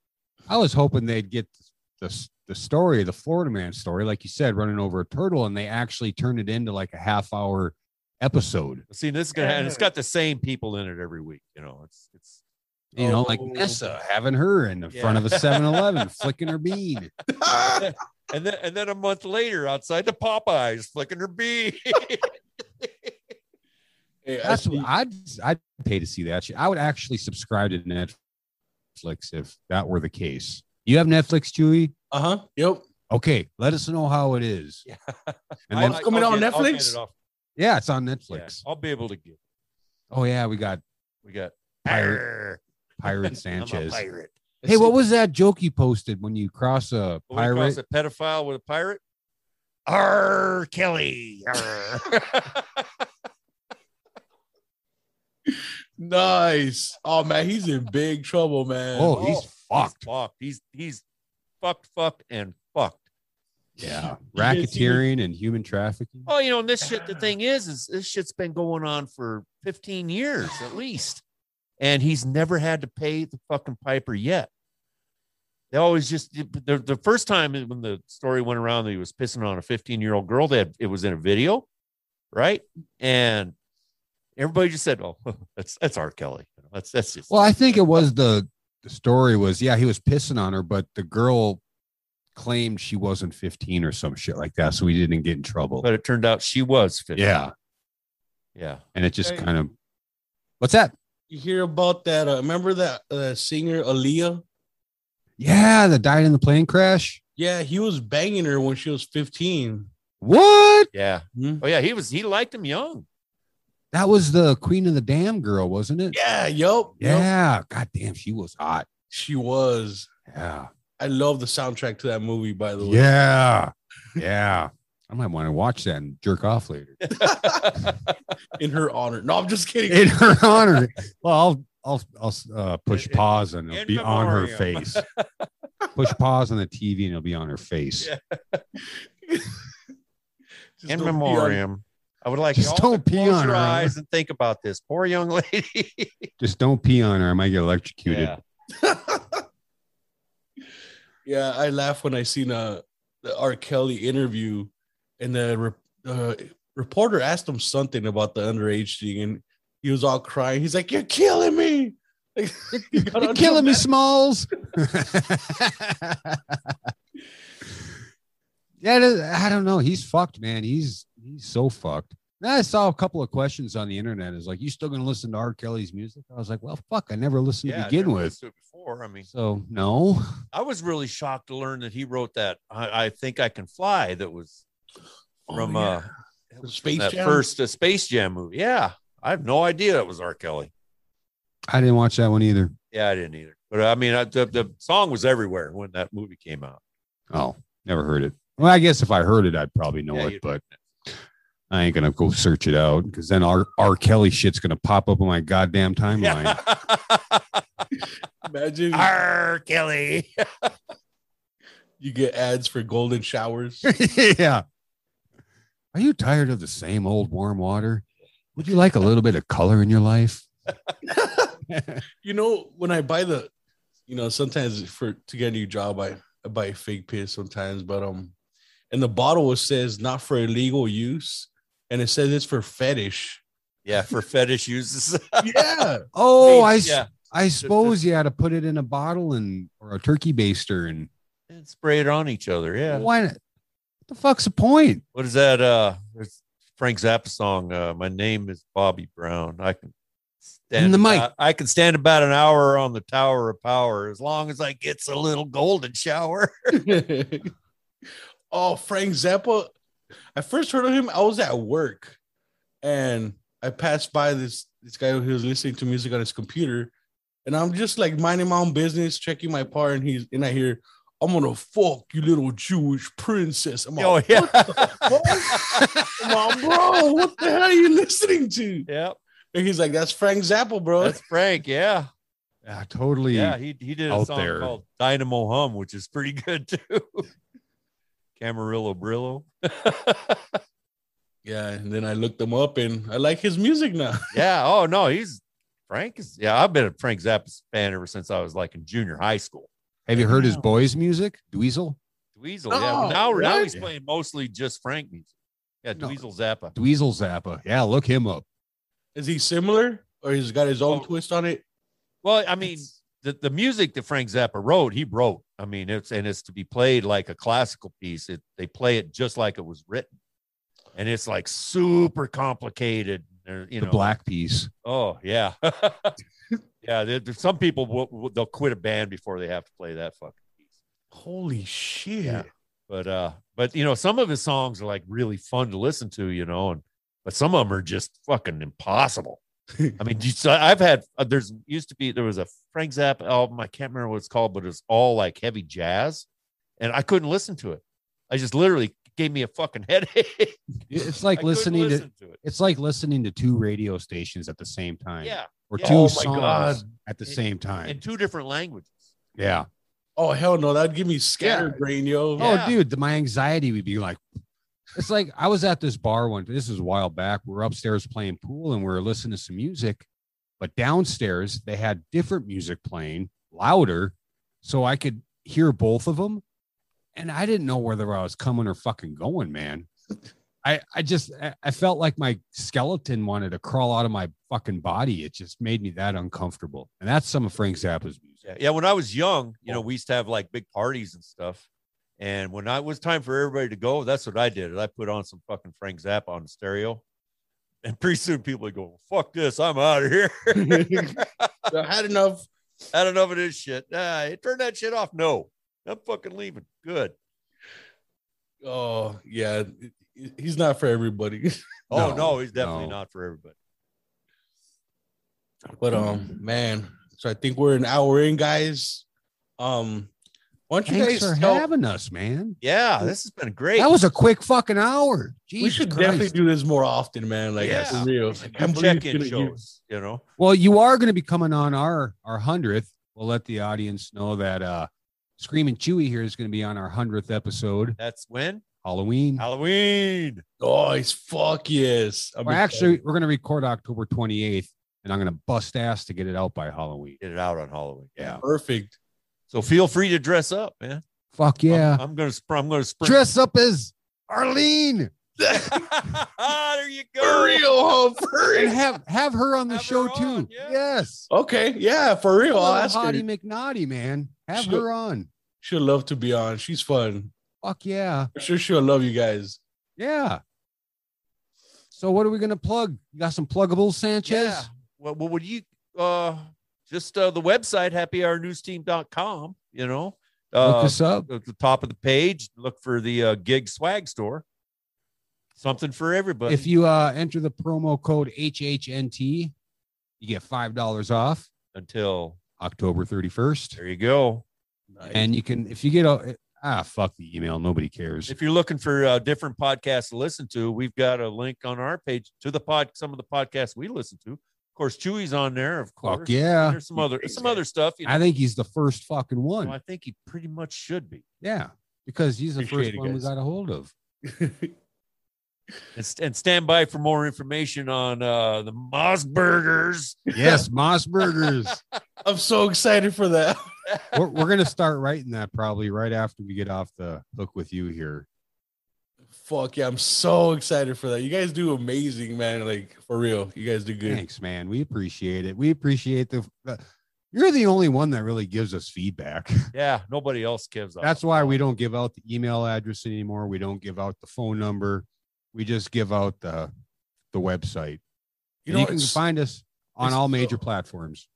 Speaker 5: I was hoping they'd get the the story, the Florida man story, like you said, running over a turtle, and they actually turn it into like a half hour episode.
Speaker 4: See, this is gonna and it's got the same people in it every week. You know, it's it's
Speaker 5: You know,
Speaker 4: Oh.
Speaker 5: like Nessa having her in the front of a
Speaker 4: Yeah.
Speaker 5: 7-Eleven, flicking her bean.
Speaker 4: and then and then a month later outside the Popeyes flicking her bee.
Speaker 2: Hey, I
Speaker 5: That's
Speaker 2: see-
Speaker 5: what I'd I'd pay to see that shit. I would actually subscribe to Netflix if that were the case. You have Netflix, Chewy?
Speaker 2: uh-huh. Yep.
Speaker 5: Okay, let us know how it is.
Speaker 4: Yeah.
Speaker 5: And
Speaker 4: I'll-
Speaker 5: then,
Speaker 2: It's coming
Speaker 4: I'll
Speaker 2: out on
Speaker 4: get- I'll get it
Speaker 2: Netflix?
Speaker 4: off-
Speaker 5: yeah, it's on
Speaker 4: yeah,
Speaker 5: Netflix.
Speaker 4: I'll be able to get.
Speaker 5: Oh yeah, we got
Speaker 4: We got
Speaker 5: Pirate,
Speaker 4: Arr,
Speaker 5: pirate
Speaker 4: I'm a
Speaker 5: Sanchez.
Speaker 4: pirate.
Speaker 5: Hey, what was that joke you posted when you cross a
Speaker 4: What do you call
Speaker 5: pirate?
Speaker 4: us, a pedophile with a pirate. R.
Speaker 5: Oh,
Speaker 4: Kelly. Arr.
Speaker 2: Nice. Oh man, he's in big trouble, man.
Speaker 5: Oh, he's fucked.
Speaker 4: fucked. He's he's fucked, fucked, and fucked.
Speaker 5: Yeah. Racketeering and human trafficking.
Speaker 4: Oh, you know, and this shit, the thing is, is this shit's been going on for 15 years at least. And he's never had to pay the fucking piper yet. They always just the, the first time when the story went around that he was pissing on a 15 year old girl that it was in a video, right? And everybody just said, "Oh, that's that's R. Kelly. That's that's just
Speaker 5: Well, I think it was the the story was yeah he was pissing on her, but the girl claimed she wasn't 15 or some shit like that, so he didn't get in trouble.
Speaker 4: But it turned out she was 50.
Speaker 5: yeah,
Speaker 4: yeah.
Speaker 5: and it just
Speaker 2: Hey.
Speaker 5: kind of what's that?
Speaker 2: You hear about that? Uh, remember that uh, singer Aaliyah?
Speaker 5: Yeah, that died in the plane crash.
Speaker 2: Yeah, he was banging her when she was 15.
Speaker 5: What?
Speaker 4: Yeah.
Speaker 2: Hmm?
Speaker 4: Oh yeah, he was he liked him young.
Speaker 5: That was the Queen of the Damn girl, wasn't it?
Speaker 2: Yeah, yup. yup.
Speaker 5: Yeah. God damn, she was hot.
Speaker 2: she was.
Speaker 5: Yeah.
Speaker 2: I love the soundtrack to that movie, by the way.
Speaker 5: Yeah. Yeah. I might want to watch that and jerk off later.
Speaker 2: In her honor. No, I'm just kidding.
Speaker 5: In her honor. Well, I'll I'll I'll uh, push pause and it'll
Speaker 4: In
Speaker 5: be on her
Speaker 4: memoriam.
Speaker 5: face. Push pause on the TV and it'll be on her face.
Speaker 4: Yeah.
Speaker 2: Just don't
Speaker 4: in
Speaker 2: be
Speaker 4: memoriam. I would like
Speaker 5: Just
Speaker 4: you all
Speaker 5: don't
Speaker 4: to
Speaker 5: pee
Speaker 4: close
Speaker 5: on
Speaker 4: your
Speaker 5: her.
Speaker 4: eyes and think about this poor young lady.
Speaker 5: Just don't pee on her. I might get electrocuted.
Speaker 4: yeah.
Speaker 2: on- yeah, I laugh when I seen uh, the R. Kelly interview, and the re- uh, reporter asked him something about the underage thing, and he was all crying. He's like, "You're killing me! Like, you got
Speaker 5: You're
Speaker 2: on
Speaker 5: killing me,
Speaker 2: dramatic.
Speaker 5: Smalls. yeah, it is- I don't know. He's fucked, man. He's he's so fucked. And I saw a couple of questions on the internet. Is like, you still gonna listen to R. Kelly's music? I was like, well, fuck, I never listened
Speaker 4: Yeah, I
Speaker 5: to begin
Speaker 4: never
Speaker 5: with.
Speaker 4: listened to it Before, I mean,
Speaker 5: So no.
Speaker 4: I was really shocked to learn that he wrote that. I, I think I can fly. That was
Speaker 2: Oh,
Speaker 4: from
Speaker 2: yeah.
Speaker 4: uh,
Speaker 2: The Space
Speaker 4: that
Speaker 2: Jam.
Speaker 4: first uh, Space Jam movie. Yeah, I have no idea that was R. Kelly.
Speaker 5: I didn't watch that one either.
Speaker 4: Yeah, I didn't either. But I mean, I, the the song was everywhere when that movie came out.
Speaker 5: Oh, never heard it. Well, I guess if I heard it, I'd probably know
Speaker 4: Yeah,
Speaker 5: it,
Speaker 4: you'd-
Speaker 5: but I ain't gonna go search it out because then R. R. Kelly shit's gonna pop up on my goddamn timeline.
Speaker 2: Imagine
Speaker 4: R. Kelly.
Speaker 2: you get ads for golden showers.
Speaker 5: yeah. Are you tired of the same old warm water? Would you like a little bit of color in your life?
Speaker 2: you know, when I buy the, you know, sometimes for to get a new job, I, I buy fake piss sometimes, but um, and the bottle it says not for illegal use, and it says it's for fetish.
Speaker 4: Yeah, for fetish uses.
Speaker 2: yeah,
Speaker 5: Oh, I, s-
Speaker 4: yeah.
Speaker 5: I suppose you had to put it in a bottle and or a turkey baster and
Speaker 4: and spray it on each other. Yeah.
Speaker 5: why not? What the fuck's the point?
Speaker 4: What is that? Uh, it's Frank Zappa song. Uh, my name is Bobby Brown. I can stand
Speaker 5: the mic.
Speaker 4: about- I can stand about an hour on the Tower of Power as long as I gets a little golden shower.
Speaker 2: oh, Frank Zappa. I first heard of him. I was at work, and I passed by this this guy who was listening to music on his computer, and I'm just like minding my own business, checking my part, and he's and I hear, "I'm gonna fuck you, little Jewish princess." I'm
Speaker 4: Oh
Speaker 2: all,
Speaker 4: yeah.
Speaker 2: "Come on, bro, what the hell are you listening to?
Speaker 4: yep.
Speaker 2: And he's like, "That's Frank Zappa, bro."
Speaker 4: That's Frank. Yeah.
Speaker 5: Yeah, Ah, totally.
Speaker 4: Yeah. He he did a
Speaker 5: Out
Speaker 4: song
Speaker 5: there.
Speaker 4: called Dynamo Hum, which is pretty good too. Camarillo Brillo.
Speaker 2: yeah, and then I looked him up, and I like his music now.
Speaker 4: yeah. Oh no, he's Frank is yeah. I've been a Frank Zappa fan ever since I was like in junior high school.
Speaker 5: Have you heard his boys' music? Dweezil?
Speaker 4: Dweezil. yeah. Well,
Speaker 2: Oh,
Speaker 4: now, now
Speaker 2: what?
Speaker 4: he's playing mostly just Frank music. Yeah,
Speaker 5: No.
Speaker 4: Dweezil Zappa.
Speaker 5: Dweezil Zappa. Yeah, look him up.
Speaker 2: Is he similar, or he's got his own
Speaker 4: Oh.
Speaker 2: twist on it?
Speaker 4: Well, I mean, the, the music that Frank Zappa wrote, he wrote. I mean, it's and it's to be played like a classical piece. It they play it just like it was written, and it's like super complicated. There- You
Speaker 5: the
Speaker 4: know,
Speaker 5: black piece.
Speaker 4: Oh yeah, yeah. There, there's some people will, will- they'll quit a band before they have to play that fucking piece.
Speaker 2: Holy shit!
Speaker 4: Yeah. but uh but you know some of his songs are like really fun to listen to you know and but some of them are just fucking impossible i mean just, i've had uh, there's used to be there was a frank zappa album i can't remember what it's called but it's all like heavy jazz and i couldn't listen to it i just literally gave me a fucking headache
Speaker 5: It's
Speaker 4: I
Speaker 5: like
Speaker 4: couldn't
Speaker 5: listening to
Speaker 4: listen to it
Speaker 5: it's like listening to two radio stations at the same time.
Speaker 4: yeah
Speaker 5: or
Speaker 4: Yeah.
Speaker 5: two
Speaker 2: Oh my
Speaker 5: songs
Speaker 2: God.
Speaker 5: at the same time.
Speaker 4: in two different languages.
Speaker 5: yeah.
Speaker 2: Oh hell no, that'd give me scatterbrain, yo.
Speaker 4: Yeah.
Speaker 5: Oh, dude, the- my anxiety would be like, it's like I was at this bar one. This is a while back. We are upstairs playing pool and we were listening to some music, but downstairs they had different music playing louder, so I could hear both of them, and I didn't know whether I was coming or fucking going, man. I, I just I- I felt like my skeleton wanted to crawl out of my fucking body. It just made me that uncomfortable, and that's some of Frank Zappa's music.
Speaker 4: Yeah, yeah. When I was young, you know, we used to have like big parties and stuff. And when I it was time for everybody to go, that's what I did. I put on some fucking Frank Zappa on the stereo, and pretty soon people would go, "Fuck this, I'm out of here."
Speaker 2: I had enough.
Speaker 4: I don't know if it is shit. Nah, turn that shit off. No, I'm fucking leaving. Good.
Speaker 2: Oh yeah, he's not for everybody.
Speaker 4: Oh no,
Speaker 5: No,
Speaker 4: he's definitely
Speaker 5: no.
Speaker 4: not for everybody.
Speaker 2: But um, man, so I think we're an hour in, guys. Um, why don't you
Speaker 5: Thanks for
Speaker 2: guys tell?
Speaker 5: having us, man.
Speaker 4: Yeah, this has been great.
Speaker 5: That was a quick fucking hour.
Speaker 2: we should definitely do this more often, man. Like
Speaker 4: Yeah.
Speaker 2: for real. Like, I can't believe it's
Speaker 4: check-in
Speaker 2: been a year.
Speaker 4: shows. You know,
Speaker 5: Well, you are going to be coming on our our hundredth. We'll let the audience know that uh Screaming Chewy here is going to be on our hundredth episode,
Speaker 4: that's when
Speaker 5: Halloween.
Speaker 4: Halloween.
Speaker 2: Oh, it's fuck yes. I'm
Speaker 5: We're actually we're going to record October twenty eighth, and I'm going to bust ass to get it out by Halloween.
Speaker 4: Get it out on Halloween.
Speaker 5: Yeah,
Speaker 2: perfect.
Speaker 4: So feel free to dress up, man.
Speaker 5: fuck yeah!
Speaker 4: I'm, I'm gonna. Sp- I'm gonna spring.
Speaker 5: Dress up as Arlene
Speaker 4: there you go.
Speaker 2: For real, huh? For
Speaker 5: and
Speaker 2: real.
Speaker 5: have have her on the
Speaker 4: Have her
Speaker 5: show
Speaker 4: on,
Speaker 5: too.
Speaker 4: yeah.
Speaker 5: Yes,
Speaker 2: Okay, yeah, for real. I'll ask her.
Speaker 5: Hottie McNaughty, man, have
Speaker 2: Sure.
Speaker 5: her on.
Speaker 2: She'll love to be on. She's fun.
Speaker 5: Fuck yeah!
Speaker 2: I'm sure she'll love you guys.
Speaker 5: Yeah. So what are we gonna plug? You got some pluggables, Sanchez?
Speaker 4: Yeah. Well, well, would you uh just uh the website happyhournewsteam.com, you know?
Speaker 5: Look
Speaker 4: Uh
Speaker 5: us up.
Speaker 4: at the top of the page, look for the uh, gig swag store. Something for everybody.
Speaker 5: If you uh, enter the promo code HHNT, you get five dollars off
Speaker 4: until
Speaker 5: October thirty first.
Speaker 4: there you go.
Speaker 5: And you can, if you get a ah, fuck the email, nobody cares.
Speaker 4: If you're looking for uh, different podcasts to listen to, we've got a link on our page to the pod some of the podcasts we listen to. Of course, Chewy's on there, of course.
Speaker 5: Fuck yeah!
Speaker 4: There's some other some other stuff. You know,
Speaker 5: I think he's the first fucking
Speaker 4: So I
Speaker 5: one.
Speaker 4: think he pretty much should be.
Speaker 5: Yeah, because he's the
Speaker 2: Appreciate
Speaker 5: first
Speaker 2: it,
Speaker 5: one we
Speaker 2: guys.
Speaker 5: got a hold of.
Speaker 4: and, st- and stand by for more information on uh, the Mosburgers.
Speaker 5: Yes, Moss Burgers.
Speaker 2: I'm so excited for that.
Speaker 5: we're, we're gonna start writing that probably right after we get off the hook with you here.
Speaker 2: Fuck yeah, I'm so excited for that. You guys do amazing, man. Like for real, you guys do good.
Speaker 5: Thanks, man. We appreciate it. We appreciate the. the- you're the only one that really gives us feedback.
Speaker 4: Yeah, nobody else gives up.
Speaker 5: That's why we don't give out the email address anymore. We don't give out the phone number. We just give out the the website.
Speaker 2: You
Speaker 5: You,
Speaker 2: know,
Speaker 5: you can
Speaker 2: it's-
Speaker 5: find us on
Speaker 2: it's-
Speaker 5: all major platforms: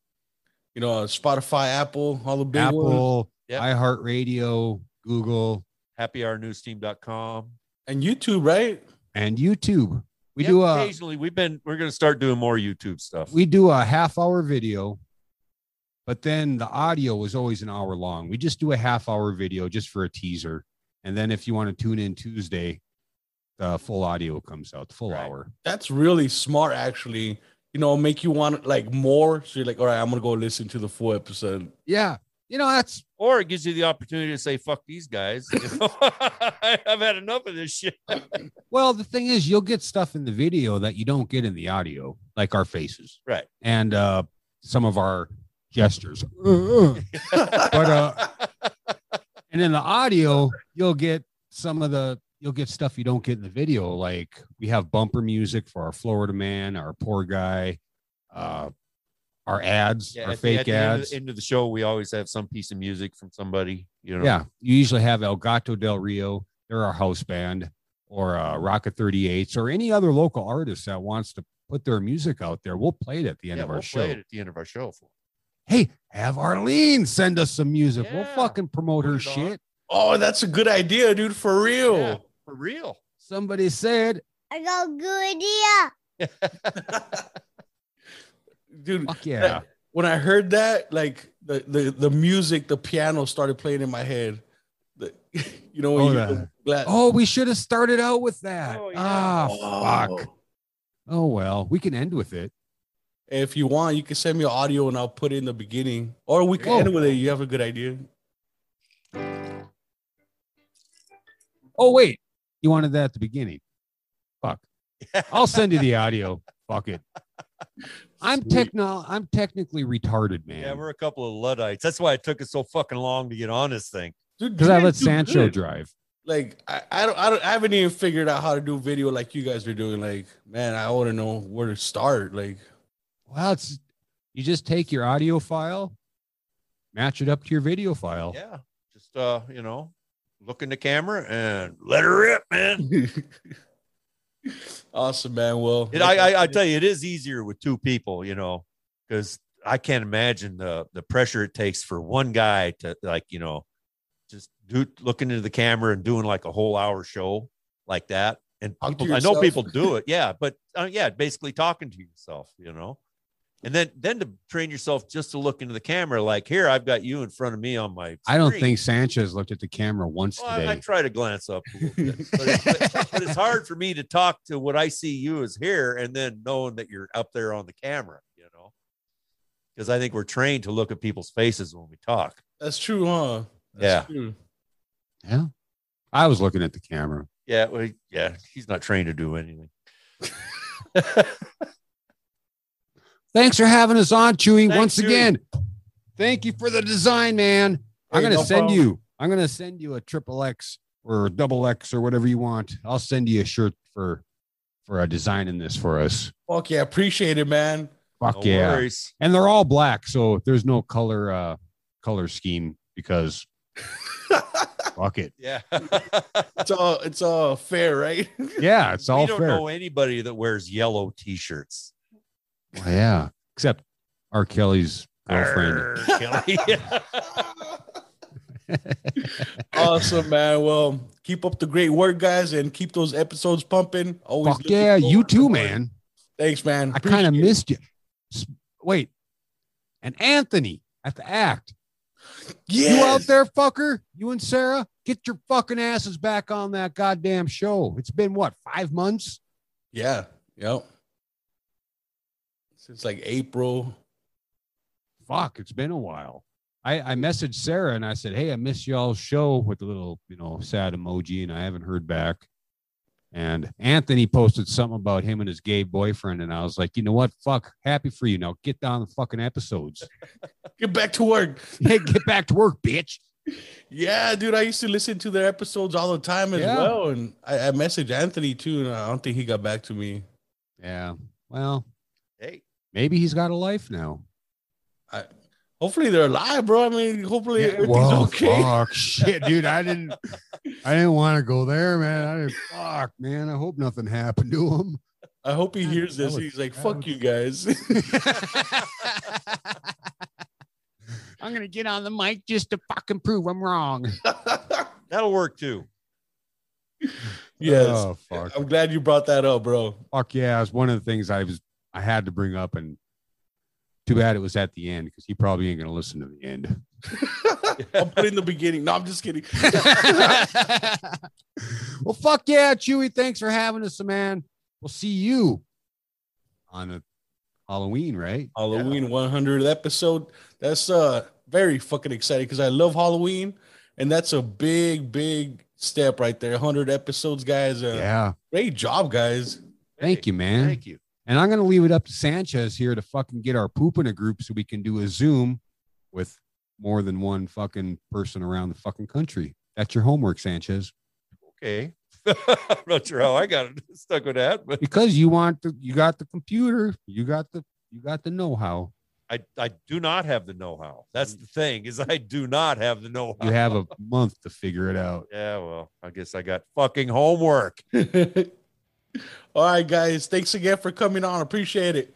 Speaker 2: You know, uh, Spotify, Apple, all the big ones,
Speaker 5: Apple,
Speaker 4: Yep.
Speaker 5: iHeartRadio, Google,
Speaker 4: happyhournewsteam.com.
Speaker 2: and YouTube, right?
Speaker 5: and YouTube. We
Speaker 4: Yeah,
Speaker 5: do uh, a
Speaker 4: occasionally. We've been we're going to start doing more YouTube stuff.
Speaker 5: we do a half hour video, but then the audio is always an hour long. We just do a half hour video just for a teaser, and then if you want to tune in Tuesday, the full audio comes out, the full
Speaker 4: Right.
Speaker 5: hour.
Speaker 2: That's really smart, actually. You know, make you want like more. So you're like, all right, I'm gonna go listen to the full episode.
Speaker 5: Yeah, you know that's
Speaker 4: or it gives you the opportunity to say fuck these guys. you know? I've had enough of this shit.
Speaker 5: Well, the thing is, you'll get stuff in the video that you don't get in the audio, like our faces,
Speaker 4: Right.
Speaker 5: and uh, some of our gestures. but uh, and in the audio, you'll get some of the you'll get stuff you don't get in the video, like we have bumper music for our Florida man, our poor guy, uh, our ads,
Speaker 4: Yeah,
Speaker 5: our
Speaker 4: at the- at
Speaker 5: fake
Speaker 4: the end of
Speaker 5: ads.
Speaker 4: the, end of the show, we always have some piece of music from somebody. You know.
Speaker 5: Yeah, you usually have El Gato del Rio. They're our house band, or uh, Rocket 38s, or any other local artist that wants to put their music out there. We'll play it at the end
Speaker 4: Yeah,
Speaker 5: of our
Speaker 4: we'll
Speaker 5: show.
Speaker 4: play it at the end of our show. For
Speaker 5: Hey, have Arlene send us some music. We'll
Speaker 4: Yeah.
Speaker 5: fucking promote
Speaker 4: Put
Speaker 5: her
Speaker 4: it on.
Speaker 5: shit.
Speaker 2: Oh, that's a good idea, dude. For real.
Speaker 4: Yeah. for real.
Speaker 5: Somebody said,
Speaker 3: I got good idea.
Speaker 2: Dude,
Speaker 5: "Fuck yeah!"
Speaker 2: when I heard that, like the the, the music, the piano started playing in my head. The, you know, when
Speaker 5: Oh,
Speaker 2: you
Speaker 5: that-
Speaker 2: glad-
Speaker 5: Oh, we should have started out with that.
Speaker 4: Oh, yeah.
Speaker 5: Ah,
Speaker 2: Oh.
Speaker 5: fuck. Oh well, we can end with it.
Speaker 2: If you want, you can send me an audio and I'll put it in the beginning, or we can
Speaker 5: Oh.
Speaker 2: end with it. You have a good idea.
Speaker 5: Oh wait, you wanted that at the beginning. Fuck. I'll send you the audio. Fuck it. I'm techno. I'm technically retarded, man.
Speaker 4: Yeah, we're a couple of luddites. That's why it took us so fucking long to get on this thing.
Speaker 2: Dude,
Speaker 5: because
Speaker 2: you
Speaker 5: I
Speaker 2: guys
Speaker 5: let
Speaker 2: do
Speaker 5: Sancho
Speaker 2: good.
Speaker 5: drive.
Speaker 2: Like I, I don't, I don't, I haven't even figured out how to do video like you guys are doing. Like, man, I want to know where to start. Like,
Speaker 5: Well, it's you just take your audio file, match it up to your video file.
Speaker 4: Yeah, just uh, you know, look in the camera and let her rip, man.
Speaker 2: awesome, man. Well,
Speaker 4: It, I, I I tell you, it is easier with two people, you know, because I can't imagine the the pressure it takes for one guy to like you know, just do looking into the camera and doing like a whole hour show like that. And
Speaker 2: Talk to
Speaker 4: people- I know
Speaker 2: yourself.
Speaker 4: people do it, yeah, but uh, yeah, basically talking to yourself, you know. And then, then to train yourself just to look into the camera, like here, I've got you in front of me on my.
Speaker 5: I don't
Speaker 4: screen.
Speaker 5: think Sanchez looked at the camera once
Speaker 4: Well, I, I
Speaker 5: today.
Speaker 4: try to glance up, a little bit, but, it's, but- but it's hard for me to talk to what I see you as here, and then knowing that you're up there on the camera, you know, because I think we're trained to look at people's faces when we talk.
Speaker 2: that's true, huh? That's true.
Speaker 5: yeah, I was looking at the camera.
Speaker 4: Yeah, well, yeah, he's not trained to do anything.
Speaker 5: Thanks for having us on, Chewy.
Speaker 4: Thanks,
Speaker 5: once
Speaker 4: Chewy.
Speaker 5: again, thank you for the design, man. I'm
Speaker 2: Hey,
Speaker 5: gonna
Speaker 2: no
Speaker 5: send
Speaker 2: problem.
Speaker 5: you. I'm gonna send you a triple X or a double X or whatever you want. I'll send you a shirt for for uh, designing this for us.
Speaker 2: Fuck yeah, appreciate it, man.
Speaker 5: Fuck
Speaker 4: No
Speaker 5: yeah.
Speaker 4: worries.
Speaker 5: and they're all black so there's no color uh color scheme because fuck it
Speaker 4: Yeah,
Speaker 2: It's all, it's all fair, right?
Speaker 5: yeah it's all
Speaker 4: we don't
Speaker 5: fair
Speaker 4: know anybody that wears yellow T-shirts.
Speaker 5: Well, yeah except r kelly's girlfriend
Speaker 4: Arr, Kelly.
Speaker 2: awesome, man. Well, keep up the great work, guys, and keep those episodes pumping. Always.
Speaker 5: fuck
Speaker 2: looking
Speaker 5: yeah you
Speaker 2: forward to
Speaker 5: too
Speaker 2: more.
Speaker 5: man
Speaker 2: Thanks, man.
Speaker 5: i kind of
Speaker 2: Appreciate it.
Speaker 5: missed you S- wait and anthony at the act you out
Speaker 2: Yes.
Speaker 5: there fucker you and sarah get your fucking asses back on that goddamn show it's been what five months
Speaker 2: Yeah. Yep. Since like April.
Speaker 5: fuck, it's been a while. I, I messaged Sarah and I said, Hey, I missed y'all's show with a little, you know, sad emoji, and I haven't heard back. And Anthony posted something about him and his gay boyfriend. And I was like, you know what? Fuck, happy for you. Now get down the fucking episodes.
Speaker 2: Get back to work.
Speaker 5: hey, get back to work, bitch.
Speaker 2: Yeah, dude. I used to listen to their episodes all the time as
Speaker 5: Yeah.
Speaker 2: well. And I, I messaged Anthony too, and I don't think he got back to me.
Speaker 5: Yeah. Well,
Speaker 4: hey,
Speaker 5: maybe he's got a life now.
Speaker 2: I hopefully they're alive, bro. I mean, hopefully everything's
Speaker 5: Whoa,
Speaker 2: okay.
Speaker 5: fuck, shit, dude. I didn't, I didn't want to go there, man. I didn't, fuck, man. I hope nothing happened to him.
Speaker 2: I hope he
Speaker 5: That-
Speaker 2: hears
Speaker 5: that
Speaker 2: this.
Speaker 5: was-
Speaker 2: He's like,
Speaker 5: that
Speaker 2: fuck
Speaker 5: was-
Speaker 2: you guys.
Speaker 5: I'm gonna get on the mic just to fucking prove I'm wrong.
Speaker 4: that'll work too.
Speaker 2: yes.
Speaker 5: Oh fuck.
Speaker 2: I'm glad you brought that up, bro.
Speaker 5: Fuck yeah. It's one of the things I was I had to bring up and too bad it was at the end because he probably ain't gonna listen to the end.
Speaker 2: I'll put it in the beginning. No, I'm just kidding.
Speaker 5: well, fuck yeah, Chewy. Thanks for having us, man. We'll see you on a Halloween, right?
Speaker 4: Oh,
Speaker 2: Halloween 100 episode. That's uh very fucking exciting because I love Halloween, and that's a big, big step right there. 100 episodes, guys. Uh,
Speaker 5: Yeah.
Speaker 2: Great job, guys.
Speaker 5: Thank you, man.
Speaker 4: Thank you.
Speaker 5: And I'm going to leave it up to Sanchez here to fucking get our poop in a group so we can do a Zoom with more than one fucking person around the fucking country. That's your homework, Sanchez,
Speaker 4: Okay, I'm not sure how I got stuck with that, but
Speaker 5: because you want the, you got the computer, you got the, you got the know-how.
Speaker 4: I, I do not have the know-how. That's the thing is I do not have the know-how.
Speaker 5: Mm. You have a month to figure it out.
Speaker 4: yeah, well, I guess I got fucking homework.
Speaker 2: All right, guys. Thanks again for coming on. Appreciate it.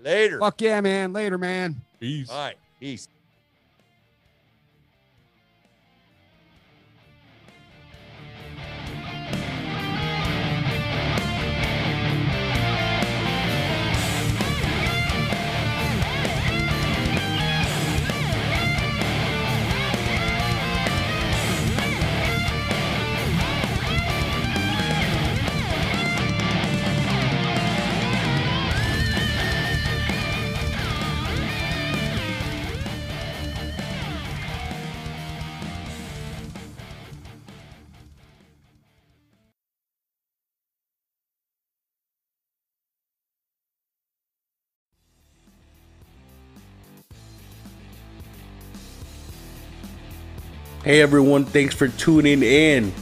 Speaker 4: Later.
Speaker 5: Fuck yeah, man. Later, man.
Speaker 2: Peace.
Speaker 4: All right. Peace.
Speaker 1: Hey everyone, thanks for tuning in.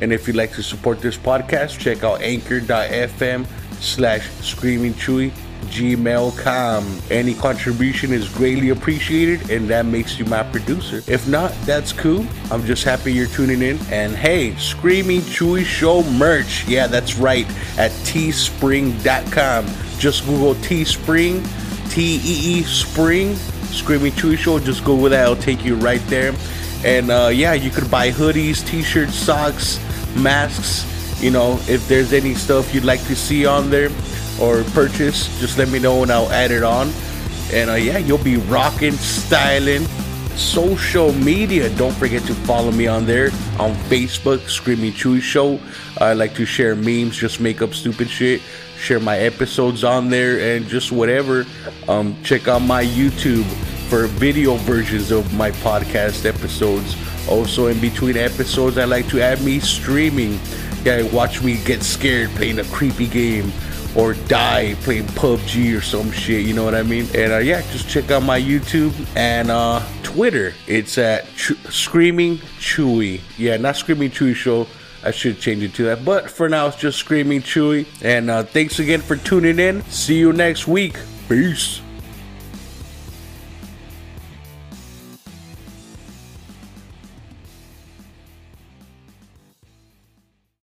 Speaker 1: And if you'd like to support this podcast, check out anchor.fm slash screaming chewy gmail.com. Any contribution is greatly appreciated and that makes you my producer. If not, that's cool. I'm just happy you're tuning in. And hey, Screaming Chewy Show merch. Yeah, that's right. At teespring.com. Just Google Teespring. T E E Spring Screaming Chewy Show. Just go with that; it'll take you right there. And uh, yeah, you could buy hoodies, T-shirts, socks, masks. You know, if there's any stuff you'd like to see on there or purchase, just let me know and I'll add it on. And uh, yeah, you'll be rocking, styling. Social media. Don't forget to follow me on there on Facebook, Screaming Chewy Show. I like to share memes, just make up stupid shit share my episodes on there and just whatever um, check out my youtube for video versions of my podcast episodes also in between episodes i like to add me streaming yeah watch me get scared playing a creepy game or die playing PUBG or some shit, you know what I mean? And uh, yeah, just check out my YouTube and uh, Twitter. It's at Ch- Screaming Chewy. Yeah, not Screaming Chewy Show. I should change it to that. But for now, it's just Screaming Chewy. And uh, thanks again for tuning in. See you next week. Peace.